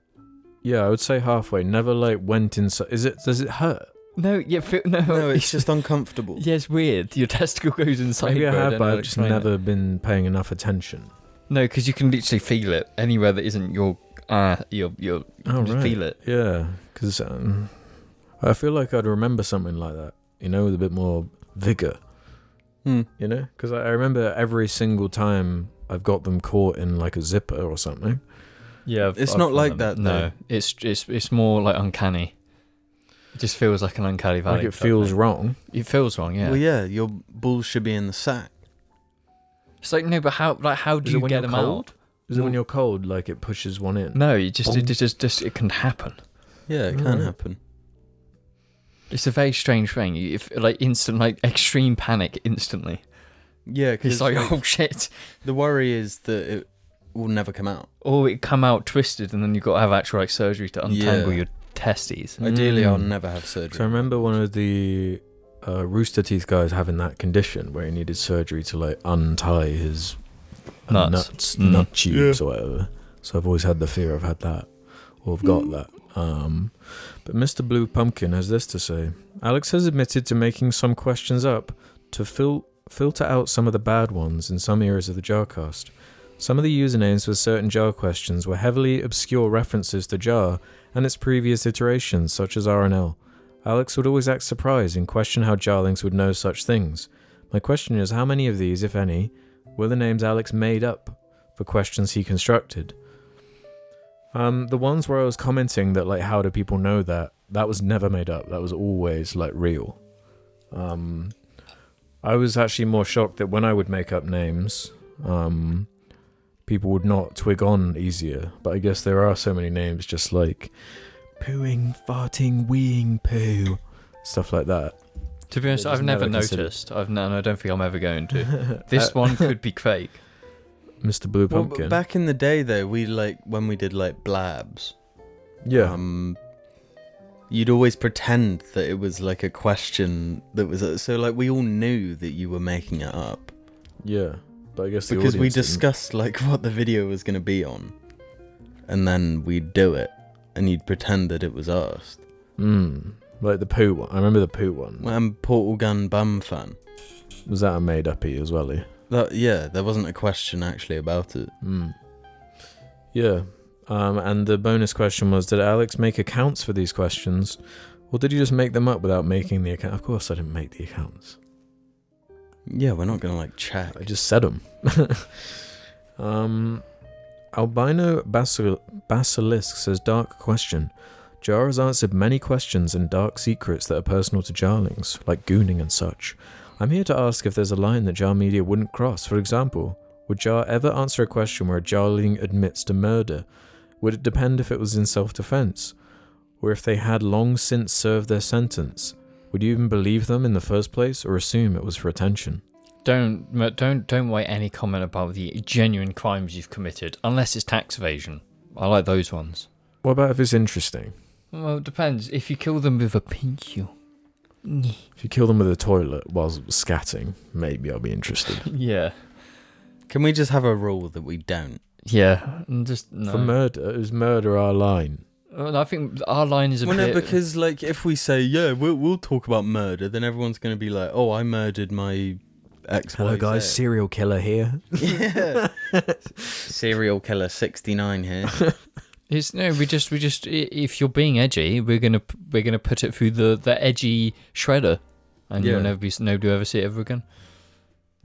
yeah, I would say halfway. Never like went inside. Is it? Does it hurt? No, yeah, fe- no, No, it's just uncomfortable. yeah, it's weird. Your testicle goes inside. Maybe I bro, have, don't but know how I've to just explain it. never been paying enough attention. No, because you can literally feel it anywhere that isn't your uh your your. You Oh, can just right. feel it. Yeah, because um, I feel like I'd remember something like that, you know, with a bit more vigor, Hmm. you know? Because I, I remember every single time I've got them caught in like a zipper or something. Yeah, It's not like that, No, though. it's it's it's more like uncanny. It just feels like an uncanny valley. like it type feels thing. wrong. It feels wrong. Yeah. Well, yeah, your balls should be in the sack. It's like no, but how like how do Is it you when get you're them cold? Is it when Well- you're cold, like it pushes one out? in? No, you just it, it just just it can happen. Yeah, it can Mm-hmm. Mm. happen. It's a very strange thing. You- If like instant like extreme panic instantly. Yeah, It's because like oh shit. the worry is that it will never come out. Or it come out twisted, and then you've got to have actual like surgery to untangle Yeah. your testes. Ideally, I'll Mm. never have So I surgery. remember one of the uh, Rooster Teeth guys having that condition where he needed surgery to like untie his uh, Nuts. nuts, Mm. nut tubes or whatever. So I've always had the fear I've had that or I've got that. Um, but Mr. Blue Pumpkin has this to say Alex has admitted to making some questions up to fil- filter out some of the bad ones in some eras of the Jarcast. Some of the usernames for certain jar questions were heavily obscure references to jar and its previous iterations, such as RNL. Alex would always act surprised and question how jarlings would know such things. My question is how many of these, if any, were the names Alex made up for questions he constructed? Um, the ones where I was commenting that, like, how do people know that? That was never made up. That was always, like, real. Um, I was actually more shocked that when I would make up names, um, people would not twig on easier. But I guess there are so many names, just like pooing, farting, weeing, poo, stuff like that. To be honest, It was I've never, never considered. noticed. I've no, and I don't think I'm ever going to. This one could be fake. Mr. Uh, Blue Well, Pumpkin. but back in the day, though, we like when we did like blabs. yeah. Um, you'd always pretend that it was like a question that was uh, so like we all knew that you were making it up yeah. But I guess the because we audience didn't. discussed like what the video was going to be on, and then we'd do it, and you'd pretend that it was asked. Mm, like the poo one. I remember the poo one. Well, I'm Portal Gun Bum fan. Was that a made up as well? eh? That yeah, there wasn't a question actually about it. Mm. Yeah. Um, and the bonus question was Did Alex make accounts for these questions? Or did you just make them up without making the account? Of course, I didn't make the accounts. Yeah, we're not gonna like check. I just said them. um, Albino Basil- Basilisk says, Dark question. Jar has answered many questions and dark secrets that are personal to Jarlings, like gooning and such. I'm here to ask if there's a line that Jar Media wouldn't cross. For example, would Jar ever answer a question where a Jarling admits to murder? Would it depend if it was in self defense? Or if they had long since served their sentence? Would you even believe them in the first place or assume it was for attention? Don't m- don't don't write any comment about the genuine crimes you've committed, unless it's tax evasion. I like those ones. What about if it's interesting? Well, it depends. If you kill them with a pencil, If you kill them with a toilet whilst scatting, maybe I'll be interested. yeah, Can we just have a rule that we don't? yeah, and just no. For murder, is murder our line? Well, I think our line is a Well, no, bit. because like if we say yeah, we'll, we'll talk about murder, then everyone's gonna be like, oh, I murdered my ex. Hello, guys. Serial killer here. yeah. Serial killer sixty nine here. It's no, we just we just i- if you're being edgy, we're gonna p- we're gonna put it through the the edgy shredder, and Yeah. you'll never be nobody will ever see it ever again.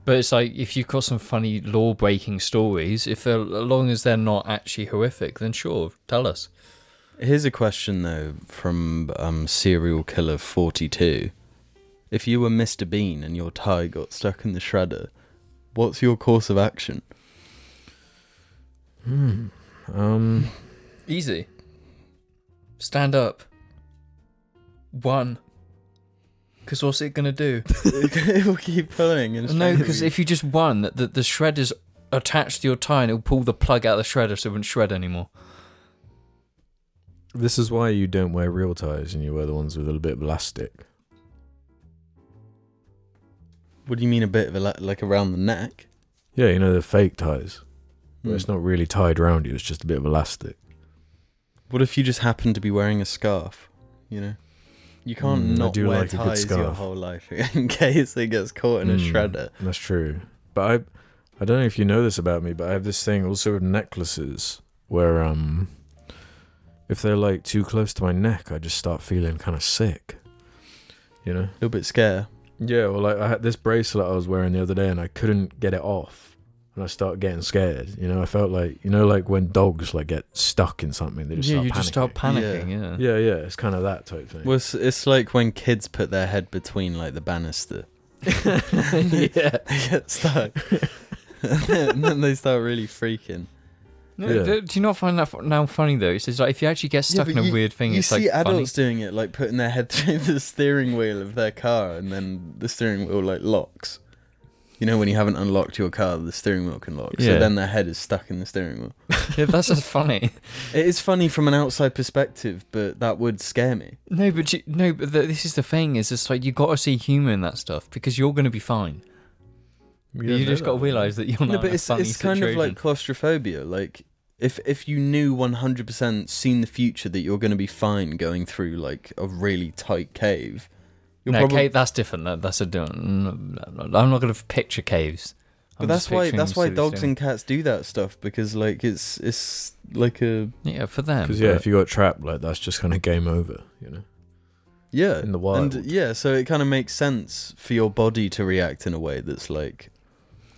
But it's like if you've got some funny law breaking stories, if they're, as long as they're not actually horrific, then sure, tell us. Here's a question though from um, serial killer forty two. If you were Mr. Bean and your tie got stuck in the shredder, what's your course of action? Hmm. Um. Easy. Stand up. One. Because what's it gonna do? it will keep pulling. And No, strangle because you. if you just won, the, the shredder's attached to your tie and it'll pull the plug out of the shredder so it wouldn't shred anymore. This is why you don't wear real ties and you wear the ones with a little bit of elastic. what do you mean a bit of a, like, like around the neck? Yeah, you know, the fake ties. Where Hmm. it's not really tied around you, it's just a bit of elastic. What if you just happen to be wearing a scarf? You know, you can't Mm, I not do wear like a good ties your scarf. whole life in case it gets caught in a Mm, shredder. That's true. But I, I don't know if you know this about me, but I have this thing also with necklaces where, um, if they're like too close to my neck, I just start feeling kind of sick. You know? A little bit scare. Yeah, well, like I had this bracelet I was wearing the other day, and I couldn't get it off, and I started getting scared. You know, I felt like you know, like when dogs like get stuck in something, they just yeah, start you panicking. just start panicking, panicking, yeah. Yeah, yeah, it's kind of that type thing. Well, it's, it's like when kids put their head between like the banister. Yeah. they get stuck. and then they start really freaking. No, Yeah. Do, do you not find that fu- now funny though? It's just like if you actually get stuck but in a you- weird thing, you it's see like funny. adults doing it, like putting their head through the steering wheel of their car, and then the steering wheel like locks. You know, when you haven't unlocked your car, the steering wheel can lock. Yeah. So then their head is stuck in the steering wheel. Yeah, that's just funny. It is funny from an outside perspective, but that would scare me. No, but you, no, but the, this is the thing: is it's like you got to see humor in that stuff because you're going to be fine. You, don't know just got to that. realize that you're not. No, in but a it's funny it's kind of like situation. claustrophobia. Like If if you knew 100% seen the future that you're going to be fine going through like a really tight cave, you're no, probably cave, that's different. That, that's a different. I'm not going to picture caves. But I'm that's just why picturing that's why silly dogs stone. and cats do that stuff because like it's it's like a yeah for them. Because yeah, but- if you got trapped, like that's just kind of game over. You know, yeah in the wild. and yeah so it kind of makes sense for your body to react in a way that's like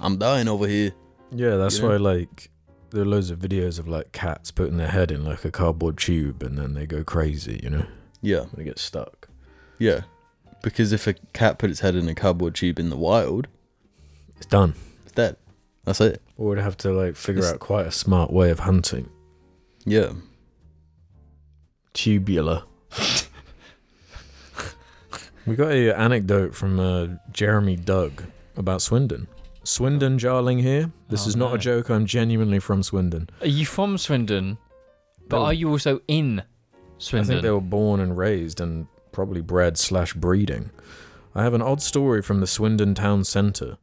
I'm dying over here. yeah, that's you know? why like there are loads of videos of like cats putting their head in like a cardboard tube and then they go crazy. You know, Yeah. when they get stuck. Yeah. Because if a cat put its head in a cardboard tube in the wild, It's done. it's dead. That's it. Or would have to like figure It's- out quite a smart way of hunting. Yeah. Tubular. we got a anecdote from uh, Jeremy Doug about Swindon. Swindon, Jarling here. This Oh, is not no. a joke. I'm genuinely from Swindon. Are you from Swindon? But No. are you also in I think they Swindon? were born and raised and probably bred slash breeding. I have an odd story from the Swindon town centre.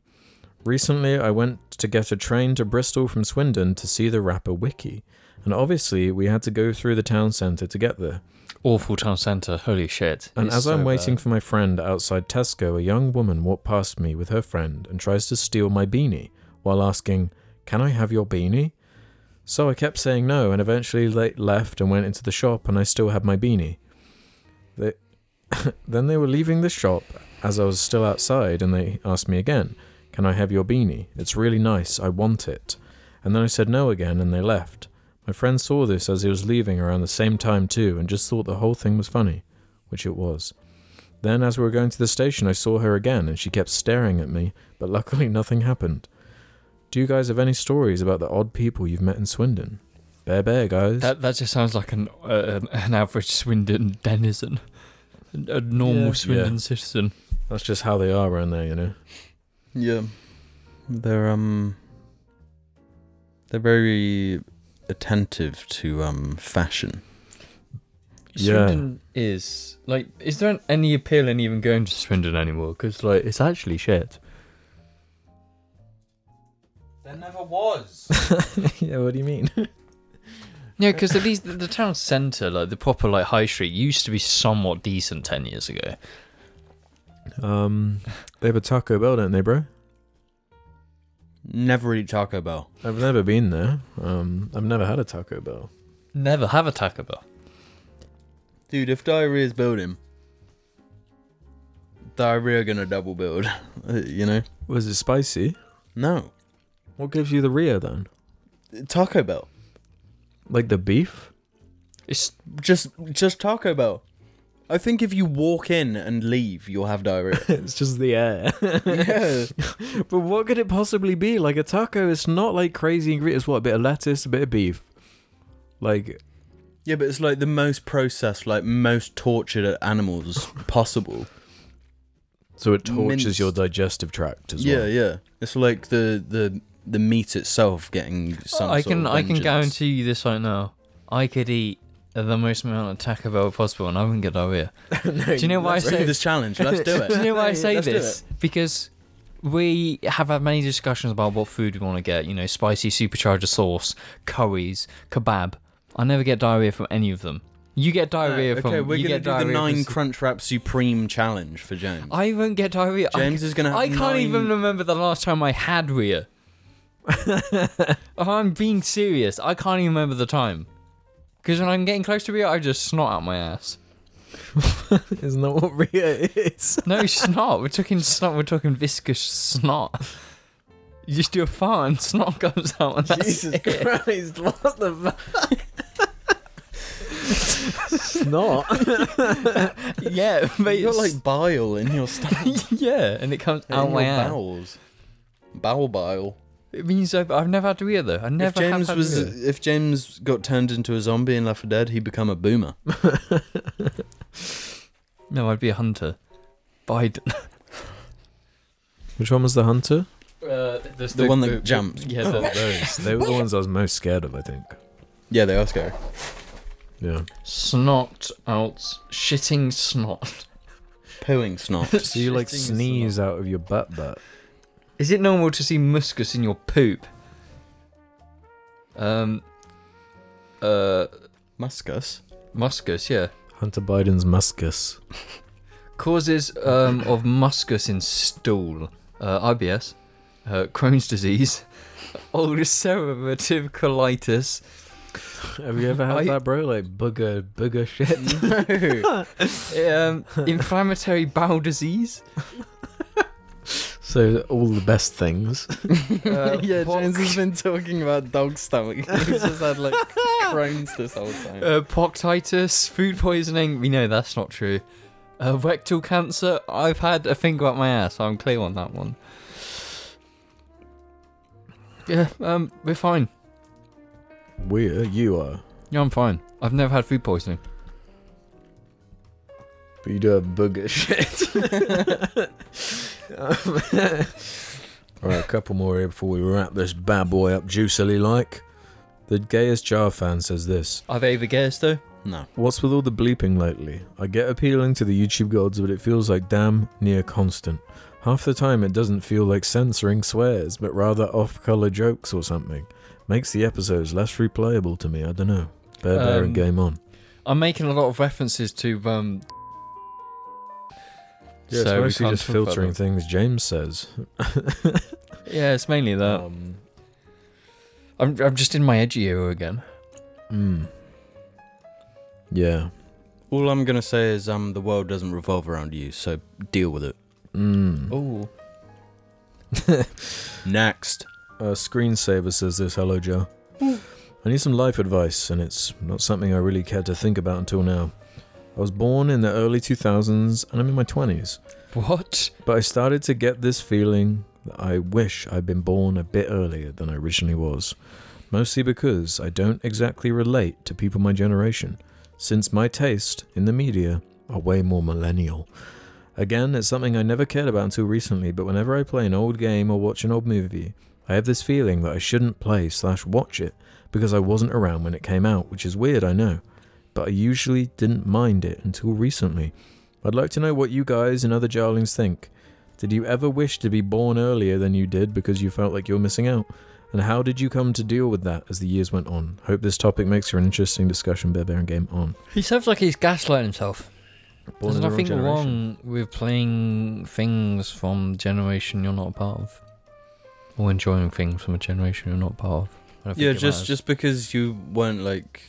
Recently, I went to get a train to Bristol from Swindon to see the rapper Wiki, and obviously, we had to go through the town centre to get there. Awful town centre. Holy shit. And It's as so I'm waiting bad. for my friend outside Tesco, a young woman walked past me with her friend and tries to steal my beanie while asking, Can I have your beanie? So I kept saying no and eventually they left and went into the shop and I still had my beanie. They then they were leaving the shop as I was still outside and they asked me again, Can I have your beanie? It's really nice. I want it. And then I said no again and they left. My friend saw this as he was leaving around the same time too and just thought the whole thing was funny, which it was. Then, as we were going to the station, I saw her again and she kept staring at me, but luckily nothing happened. Do you guys have any stories about the odd people you've met in Swindon? Bear bear, guys. That, that just sounds like an, uh, an- an average Swindon denizen. A a normal Yeah. Swindon Yeah. citizen. That's just how they are around there, you know? Yeah. They're um they're very attentive to um fashion. Yeah. Swindon is like, is there any appeal in even going to Swindon anymore? Because like, it's actually shit. There never was. yeah, what do you mean? Yeah, because at least the, the town centre, like the proper like high street, used to be somewhat decent ten years ago. Um, they have a Taco Bell, don't they, bro? Never eat Taco Bell. I've never been there. Um, I've never had a Taco Bell. Never have a Taco Bell. Dude, if diarrhea's building diarrhea gonna double build. uh, you know? Was it spicy? No. What gives you the Rio then? Taco Bell. Like the beef? It's Just just Taco Bell. I think if you walk in and leave, you'll have diarrhea. it's just the air. yeah. But what could it possibly be? Like a taco, it's not like crazy ingredients. What a bit of lettuce, a bit of beef. Like Yeah, but it's like the most processed, like most tortured animals possible. so, it tortures Minced. your digestive tract as yeah, well. yeah. It's like the the the meat itself getting some. I sort can of I can vengeance. guarantee you this right now. I could eat the most amount of Taco Bell possible, and I wouldn't get diarrhea. do you know why I Let's do say? this challenge. Let's do Do you it. know why I say Let's do this? Because we have had many discussions about what food we want to get. You know, spicy supercharger sauce, curries, kebab. I never get diarrhea from any of them. You get diarrhea from. okay, we're you gonna do get the diarrhea from Oh, nine s- crunch wrap supreme challenge for James. I won't get diarrhea. I- James is gonna. Have I can't nine- even remember the last time I had Rhea. I'm being serious. I can't even remember the time. Because when I'm getting close to Rhea, I just snot out my ass. Isn't that what Rio is? No snot. We're talking snot. We're talking viscous snot. You just do a fart and snot comes out. And that's Jesus it. Christ! What the? It's not. Yeah, but You got it's- like bile in your stomach. yeah, and it comes out in my your ass. bowels. Bowel bile. It means I've, I've never had Rhea though. I never if James have had was Rhea. if James got turned into a zombie and left for dead, he'd become a boomer. No, I'd be a hunter. Biden. Which one was the hunter? Uh, the the- one that the- jumps. Yeah, those. They were the ones I was most scared of, I think. Yeah, they are scary. Yeah. snot out, shitting snot. Pooing snot. So you like sneeze out of your butt butt. Is it normal to see muscus in your poop? Um, uh, Muscus. muscus, yeah. Hunter Biden's muscus. Causes um, of muscus in stool, uh, IBS, uh, Crohn's disease, ulcerative colitis. Have you ever had I- that, bro? Like booger, booger shit. um, inflammatory bowel disease, so all the best things. uh, yeah, pox- James has been talking about dog stomach. He's just had like Crohn's this whole time. uh, proctitis, food poisoning. We know that's not true. Uh, rectal cancer. I've had a finger up my ass. I'm clear on that one. Yeah, um, we're fine. We are. You are. Yeah, I'm fine. I've never had food poisoning. But you do have booger shit. All right, a couple more here before we wrap this bad boy up juicily like. The gayest jar fan says this. Are they the gayest though? no. What's with all the bleeping lately? I get appealing to the YouTube gods, but it feels like damn near constant. Half the time, it doesn't feel like censoring swears, but rather off color jokes or something. Makes the episodes less replayable to me, I don't know. Bear Bear Um, and Game On. I'm making a lot of references to um. Yeah, so we it's mostly can't just talk about filtering them. things James says. Yeah, it's mainly that. um, I'm I'm just in my edgy era again. mm. Yeah. All I'm gonna say is um the world doesn't revolve around you, so deal with it. Mm. Oh, Next. Uh, screensaver says this. Hello, Joe. Mm. I need some life advice, and it's not something I really cared to think about until now. I was born in the early 2000s, and I'm in my 20s. what? But I started to get this feeling that I wish I'd been born a bit earlier than I originally was. Mostly because I don't exactly relate to people my generation, since my taste in the media are way more millennial. Again, it's something I never cared about until recently, but whenever I play an old game or watch an old movie, I have this feeling that I shouldn't play slash watch it because I wasn't around when it came out, which is weird, I know. But I usually didn't mind it until recently. I'd like to know what you guys and other Jarlings think. Did you ever wish to be born earlier than you did because you felt like you were missing out? And how did you come to deal with that as the years went on? Hope this topic makes for an interesting discussion, Bear Bear and Game On. He sounds like he's gaslighting himself. Born in There's the wrong nothing generation. wrong with playing things from generation you're not a part of, or enjoying things from a generation you're not part of. I don't think Yeah, it just matters. just because you weren't like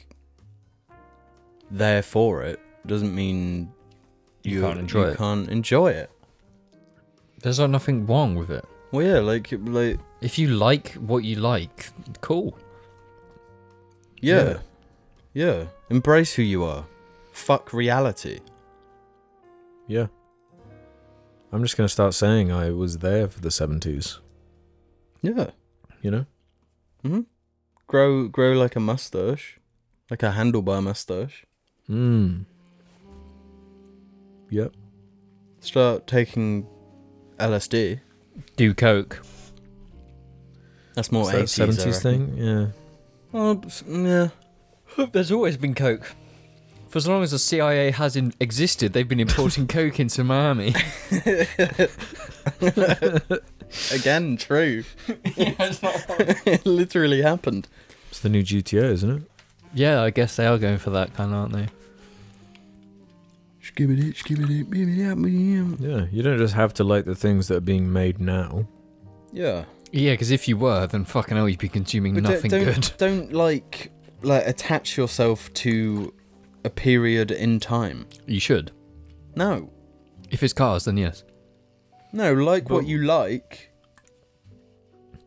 there for it doesn't mean You you, can't enjoy you it. Can't enjoy it. there's like nothing wrong with it. Well, yeah, like like If you like what you like, cool. yeah, yeah. Embrace who you are. Fuck reality. Yeah. I'm just going to start saying I was there for the 70s, Yeah. you know? hmm Grow grow like a mustache, like a handlebar mustache. Mm. Yep. Start taking LSD. Do coke. That's more Is that a 80s, I 70s reckon. thing? Yeah. Oh, s- yeah. There's always been coke. For as long as the CIA has in- existed, they've been importing coke into Miami. Again, true. it literally happened. It's the new GTA, isn't it? yeah, I guess they are going for that kind, aren't they? Skibbity, skibbity, bibbity, bibbity. Yeah. You don't just have to like the things that are being made now. Yeah. Yeah, because if you were, then fucking hell, you'd be consuming But nothing don't, good. don't, Don't like like attach yourself to a period in time. You should. No, If it's cars, then yes. no. Like what you like.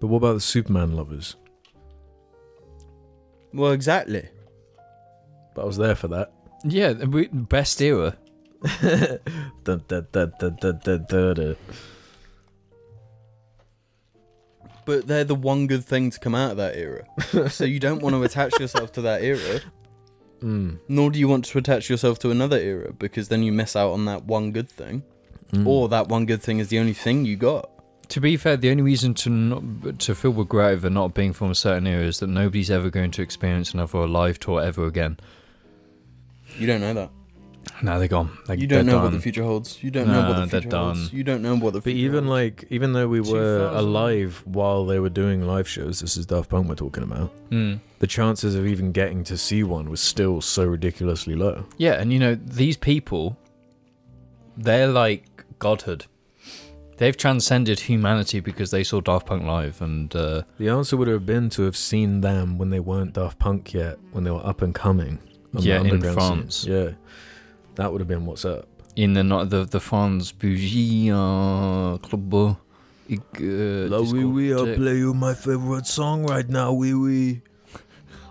But what about the Superman lovers? Well, exactly. But I was there for that. Yeah, the we- best era. Dun, dun, dun, dun, dun, dun, dun, dun. But they're the one good thing to come out of that era. so you don't want to attach yourself to that era. Mm. Nor do you want to attach yourself to another era because then you miss out on that one good thing, Mm. or that one good thing is the only thing you got. To be fair, the only reason to not, to feel regret over not being from a certain era is that nobody's ever going to experience another live tour ever again. You don't know that. No, they're gone. They're, you don't they're know done. what the future holds. You don't know what Nah, the they're future holds. done. You don't know what the But future even holds. like, even though we were 2000. alive while they were doing live shows, this is Daft Punk we're talking about. Mm. The chances of even getting to see one was still so ridiculously low. Yeah, and you know these people, they're like godhood. They've transcended humanity because they saw Daft Punk live, and uh, The answer would have been to have seen them when they weren't Daft Punk yet, when they were up and coming. on the Yeah, in underground scene. France. Yeah, that would have been what's up. in the not the the France Bougie uh, Club. uh, ik- Uh, discotheque. you my favorite song right now, wee wee.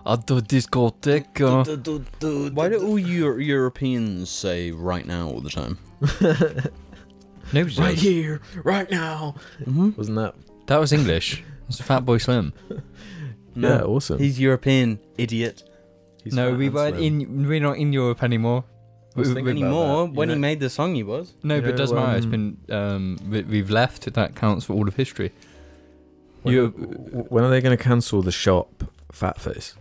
At the Ah, discotheque. uh, Why do all Euro- Europeans say right now all the time? Nobody Right does. here, right now. Wasn't that? That was English. That's a Fat Boy Slim. Yeah, awesome. He's European, idiot. He's no, fat we and weren't slim. in. We're not in Europe anymore. I was We- thinking we- about Anymore, that, you when he know. made the song, he was. no, but Yeah, it doesn't matter. It's um, been um, we, we've left. That counts for all of history. When, Europe- when are they going to cancel the shop, Fat Face?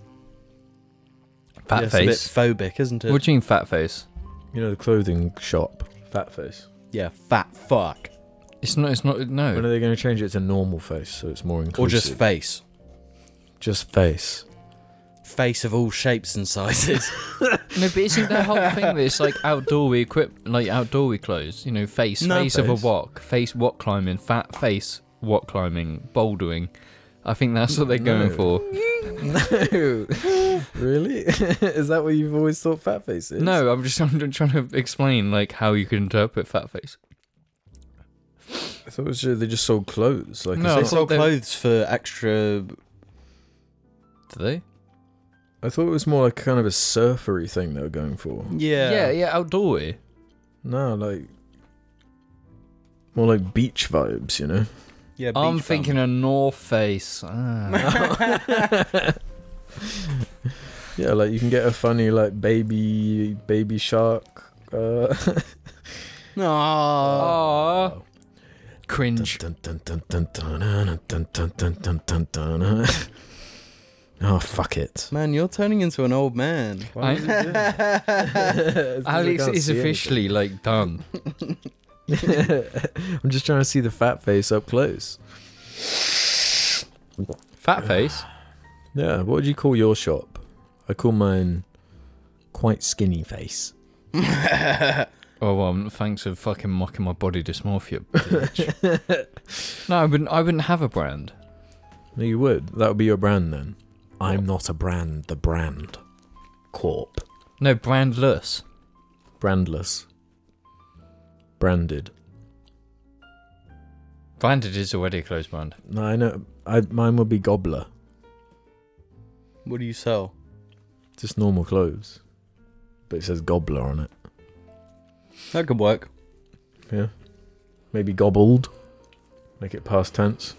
Fat Yeah, it's face. a bit phobic, isn't it? What do you mean fat face? You know the clothing shop, Fat Face. yeah, fat fuck. It's not. It's not. When No. are they going to change it to normal face so it's more inclusive? Or just face. just face. Face of all shapes and sizes. No, but isn't the whole thing that it's like outdoor we equip, like outdoor we clothes? You know, face, No, face of a face. wok, face wok climbing, fat face wok climbing, bouldering. I think that's what they're going No. for. Really? is that what you've always thought Fat Face is? No, I'm just I'm trying to explain like how you could interpret fat face. I thought it was just, they just sold clothes. Like No. I they thought- sell they- clothes for extra. Do they? I thought it was more like kind of a surfery thing they were going for. Yeah. yeah, outdoory. No, like more like beach vibes, you know. yeah I'm beach thinking a North Face. Ah. Yeah, like you can get a funny like baby baby shark. Uh, bum. Oh. Aw. Aw. Ah. Cringe. oh fuck it. Man, you're turning into an old man. Why is Alex is officially like done. I'm just trying to see the fat face up close. Fat face. Yeah, what would you call your shop? I call mine quite skinny face. Oh well, um, thanks for fucking mocking my body dysmorphia. bitch. no, I wouldn't. I wouldn't have a brand. No, you would. That would be your brand then. I'm not a brand. The brand, corp, No, brandless. brandless, branded. Branded is already a closed brand. No, I know. I mine would be gobbler. What do you sell? Just normal clothes, but it says gobbler on it. That could work. Yeah. Maybe gobbled. Make it past tense.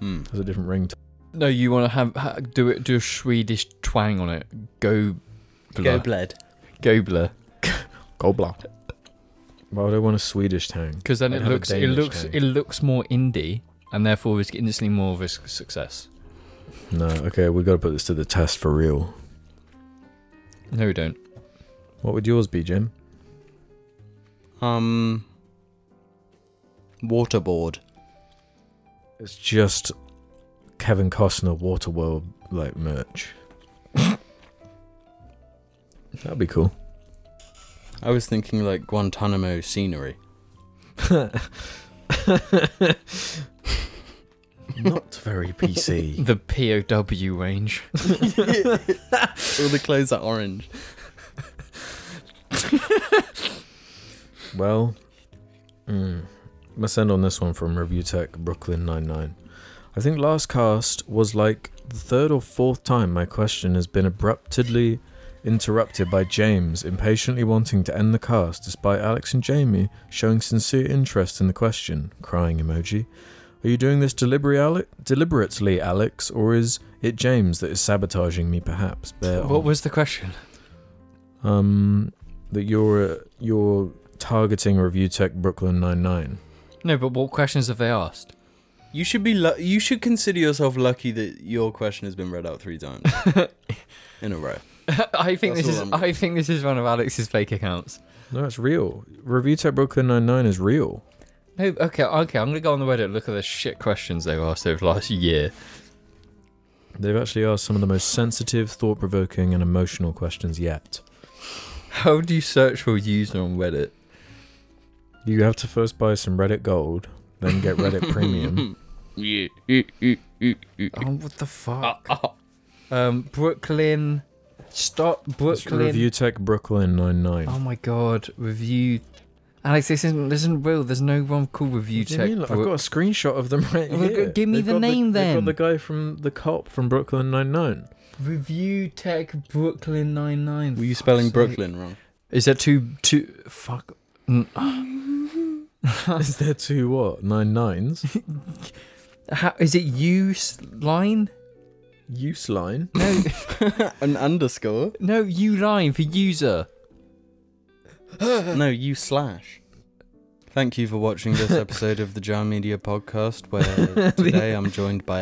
Hmm. Has a different ring to No, you want to have ha, do it. Do a Swedish twang on it. Go, Go blah. bled. Gobler. gobbler. Why would I want a Swedish tang? Because then I'd it have a looks, it Danish looks, tang. it looks more indie, and therefore is instantly more of a su- success. No, okay, we gotta put this to the test for real. No, we don't. What would yours be, Jim? Um. Waterboard. It's just Kevin Costner Waterworld like merch. That'd be cool. I was thinking like Guantanamo scenery. Not very PC. The POW range. All the clothes are orange. Well, mm, must end on this one from Review Tech Brooklyn 99. I think last cast was like the third or fourth time my question has been abruptly interrupted by James, impatiently wanting to end the cast despite Alex and Jamie showing sincere interest in the question. Crying emoji. Are you doing this deliberately, Ale- deliberately, Alex, or is it James that is sabotaging me? Perhaps. Bear What on was the question? um, that you're uh, you're targeting Review Tech Brooklyn Nine Nine. No, but what questions have they asked? You should be. Lu- you should consider yourself lucky that your question has been read out three times in a row. I think That's this all is. I'm- I think this is one of Alex's fake accounts. No, it's real. Review Tab Brooklyn 99 is real. No, okay, okay. I'm gonna go on the Reddit. Look at the shit questions they've asked over the last year. They've actually asked some of the most sensitive, thought provoking, and emotional questions yet. How do you search for a user on Reddit? You have to first buy some Reddit Gold, then get Reddit Premium. Oh, what the fuck? Um, Brooklyn. Stop It's Brooklyn. Review Tech Brooklyn 99. Oh my god, review. Alex, this isn't this isn't real. There's no one called review What do you tech. mean? Look, I've Brook- got a screenshot of them right Well, g- here. give me the got name they've then. got the guy from the cop from Brooklyn Nine Nine. Review Tech Brooklyn 99. Were you spelling Fuck's sake. Brooklyn wrong? Is that too too fuck? Mm. Is there two what nine nines? How, is it you s- line? Use line. No, An underscore? no, you line for user. No, you slash. Thank you for watching this episode of the Jar Media Podcast, where today I'm joined by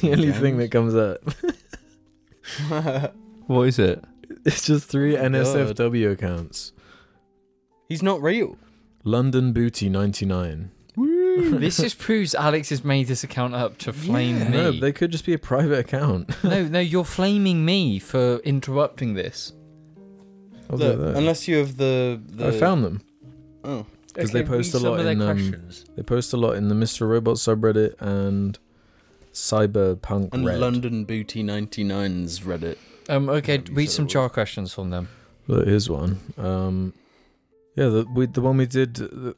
The and only thing that James. comes up. What is it? It's just three Oh my God. NSFW accounts. He's not real. London Booty 99. this just proves Alex has made this account up to flame me. No, they could just be a private account. no, no, you're flaming me for interrupting this. I'll do Look, that. unless you have the, the I found them. Oh, 'Cause they Okay, post read a lot some of their in, um, questions. They post a lot in the Mr. Robot subreddit and Cyberpunk and Red. London Booty 99's Reddit. Um, okay, Yeah, you read said some it jar questions from them. Look, here's one. Um, yeah, the we, the one we did the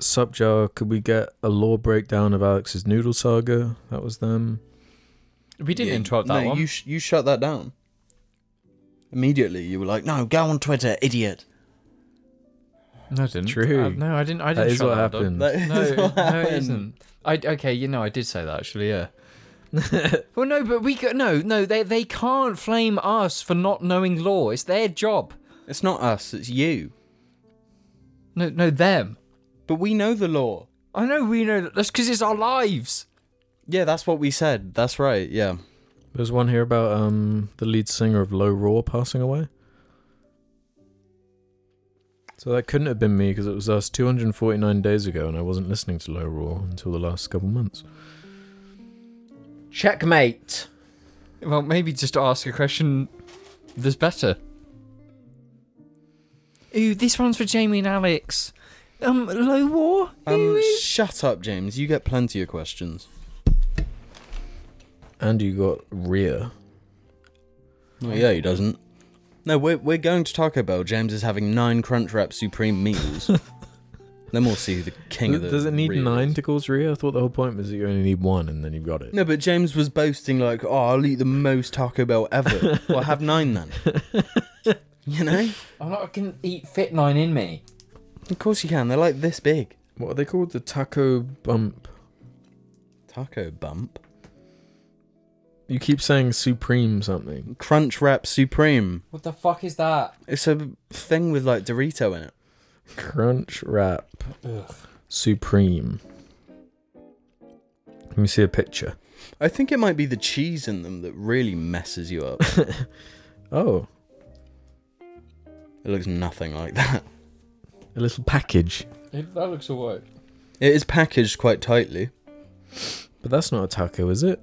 subjar. Could we get a law breakdown of Alex's noodle saga? That was them. We didn't Yeah, interrupt that no, one. You, sh- you shut that down. Immediately, you were like, no, go on Twitter, idiot. No, I didn't. True. Uh, no, I didn't. I didn't. That is shut what that happened. down. That is No, what no, it happened. isn't. I okay, you know, I did say that actually. Yeah. well, no, but we could, no, no. They they can't flame us for not knowing law. It's their job. It's not us, it's you. No, no, them. But we know the law. I know we know that's because it's our lives. Yeah, that's what we said. That's right, yeah. There's one here about um the lead singer of Low Roar passing away. So that couldn't have been me because it was us 249 days ago, and I wasn't listening to Low Roar until the last couple months. Checkmate. Well, maybe just ask a question that's better. Ooh, this one's for Jamie and Alex. Um, low war. Um, shut up, James. You get plenty of questions. And you got Rhea. Oh, yeah, he doesn't. No, we're, we're going to Taco Bell. James is having nine Crunchwrap Supreme meals. then we'll see who the king of the. Does it need real nine is. to cause Rhea? I thought the whole point was that you only need one, and then you've got it. No, but James was boasting like, "Oh, I'll eat the most Taco Bell ever." well, have nine then. you know, I'm not gonna eat fit nine in me. of course you can. They're like this big. What are they called? The taco bump. Taco bump. You keep saying supreme something. Crunch Wrap Supreme. What the fuck is that? It's a thing with like Dorito in it. Crunch wrap. Supreme. Let me see a picture. I think it might be the cheese in them that really messes you up. Oh, it looks nothing like that. a little package. that looks alright. It is packaged quite tightly. But that's not a taco, is it?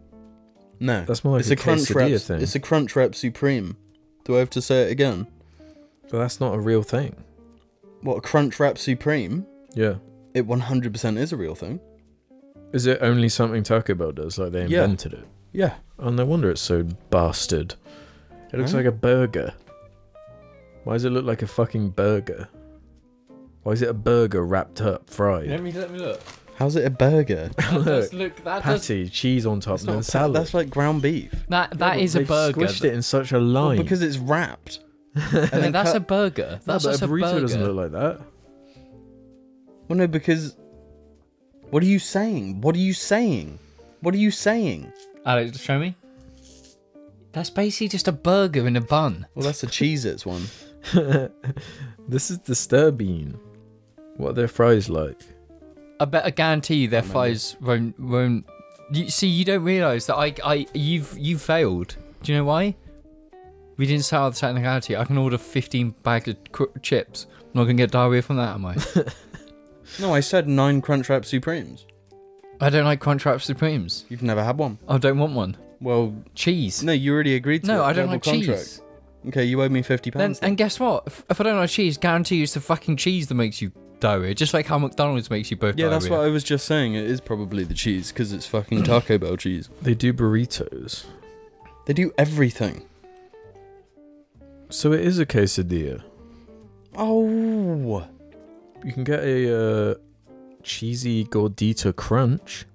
No, That's more like it's a crunch quesadilla wrap. thing. It's a crunch wrap supreme. Do I have to say it again? But that's not a real thing. What a crunch wrap supreme? Yeah. It 100% is a real thing. Is it only something Taco Bell does? Like they Yeah. invented it? Yeah. Oh, no wonder it's so bastard. It looks Huh? like a burger. Why does it look like a fucking burger? Why is it a burger wrapped up, fried? me let me look. How's it a burger? That does look that patty, cheese on top, That's and then not salad. That's like ground beef. that Yeah, that but is a they've burger. Squished it in such a line. Well, because it's wrapped. and No, then that's cut- a burger. No, That's but just a a burrito burger. doesn't look like that. Well, no, because. What are you saying? What are you saying? What are you saying? Alex, show me. That's basically just a burger in a bun. Well, that's a Cheez Its one. This is disturbing. What are their fries like? I bet I guarantee you their fries won't won't. You, see, you don't realise that I I you've you failed. Do you know why? We didn't start out the technicality. I can order 15 bags of cr- chips. I'm not going to get diarrhea from that, am I? No, I said nine Crunchwrap Supremes. I don't like Crunchwrap Supremes. You've never had one. I don't want one. Well, Cheese. no, you already agreed to No, it. I don't Verbal like contract. cheese. Okay, you owe me fifty Then, pounds. and guess what? If, if I don't like cheese, guarantee you it's the fucking cheese that makes you diarrhea. Just like how McDonald's makes you both Yeah, diarrhea. that's what I was just saying. It is probably the cheese because it's fucking Taco Bell cheese. They do burritos. They do everything. So it is a quesadilla. Oh, You can get a uh, cheesy gordita crunch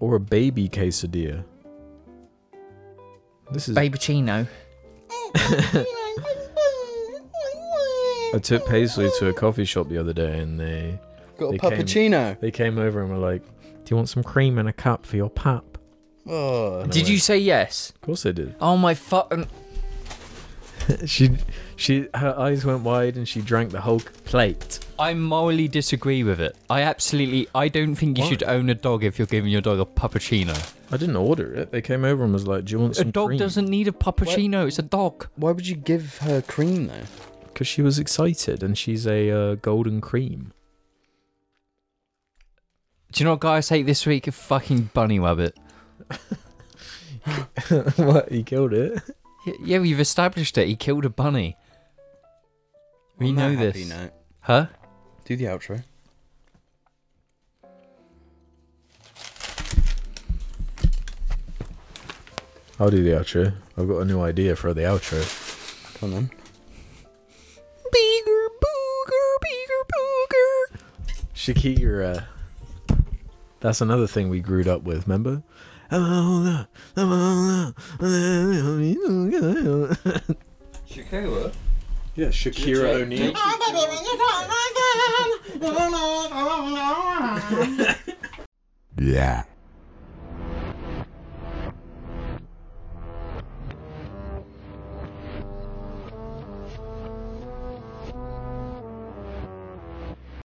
or a baby quesadilla. This is Baby Chino. I took Paisley to a coffee shop the other day and they got a They came- puppuccino. they came over and were like, "Do you want some cream in a cup for your pap?" Oh, Did you say yes? Of course they did. Oh my fucking. she she her eyes went wide and she drank the whole plate. I morally disagree with it. I absolutely. I don't think you Why? should own a dog if you're giving your dog a puppuccino. I didn't order it. They came over and was like, "Do you want A some dog doesn't need a puppuccino. It's a dog. why would you give her cream though? because she was excited and she's a uh, golden cream. Do you know what guys hate this week? A fucking bunny rabbit. what? He killed it. Y- Yeah, we've established it. He killed a bunny. We On that know this. happy note, Huh? Do the outro. I'll do the outro. I've got a new idea for the outro. Come on then. Bigger booger, bigger booger. Shakira. uh, That's another thing we grew up with. Remember? Shakira? yeah, Shakira O'Neal. Yeah.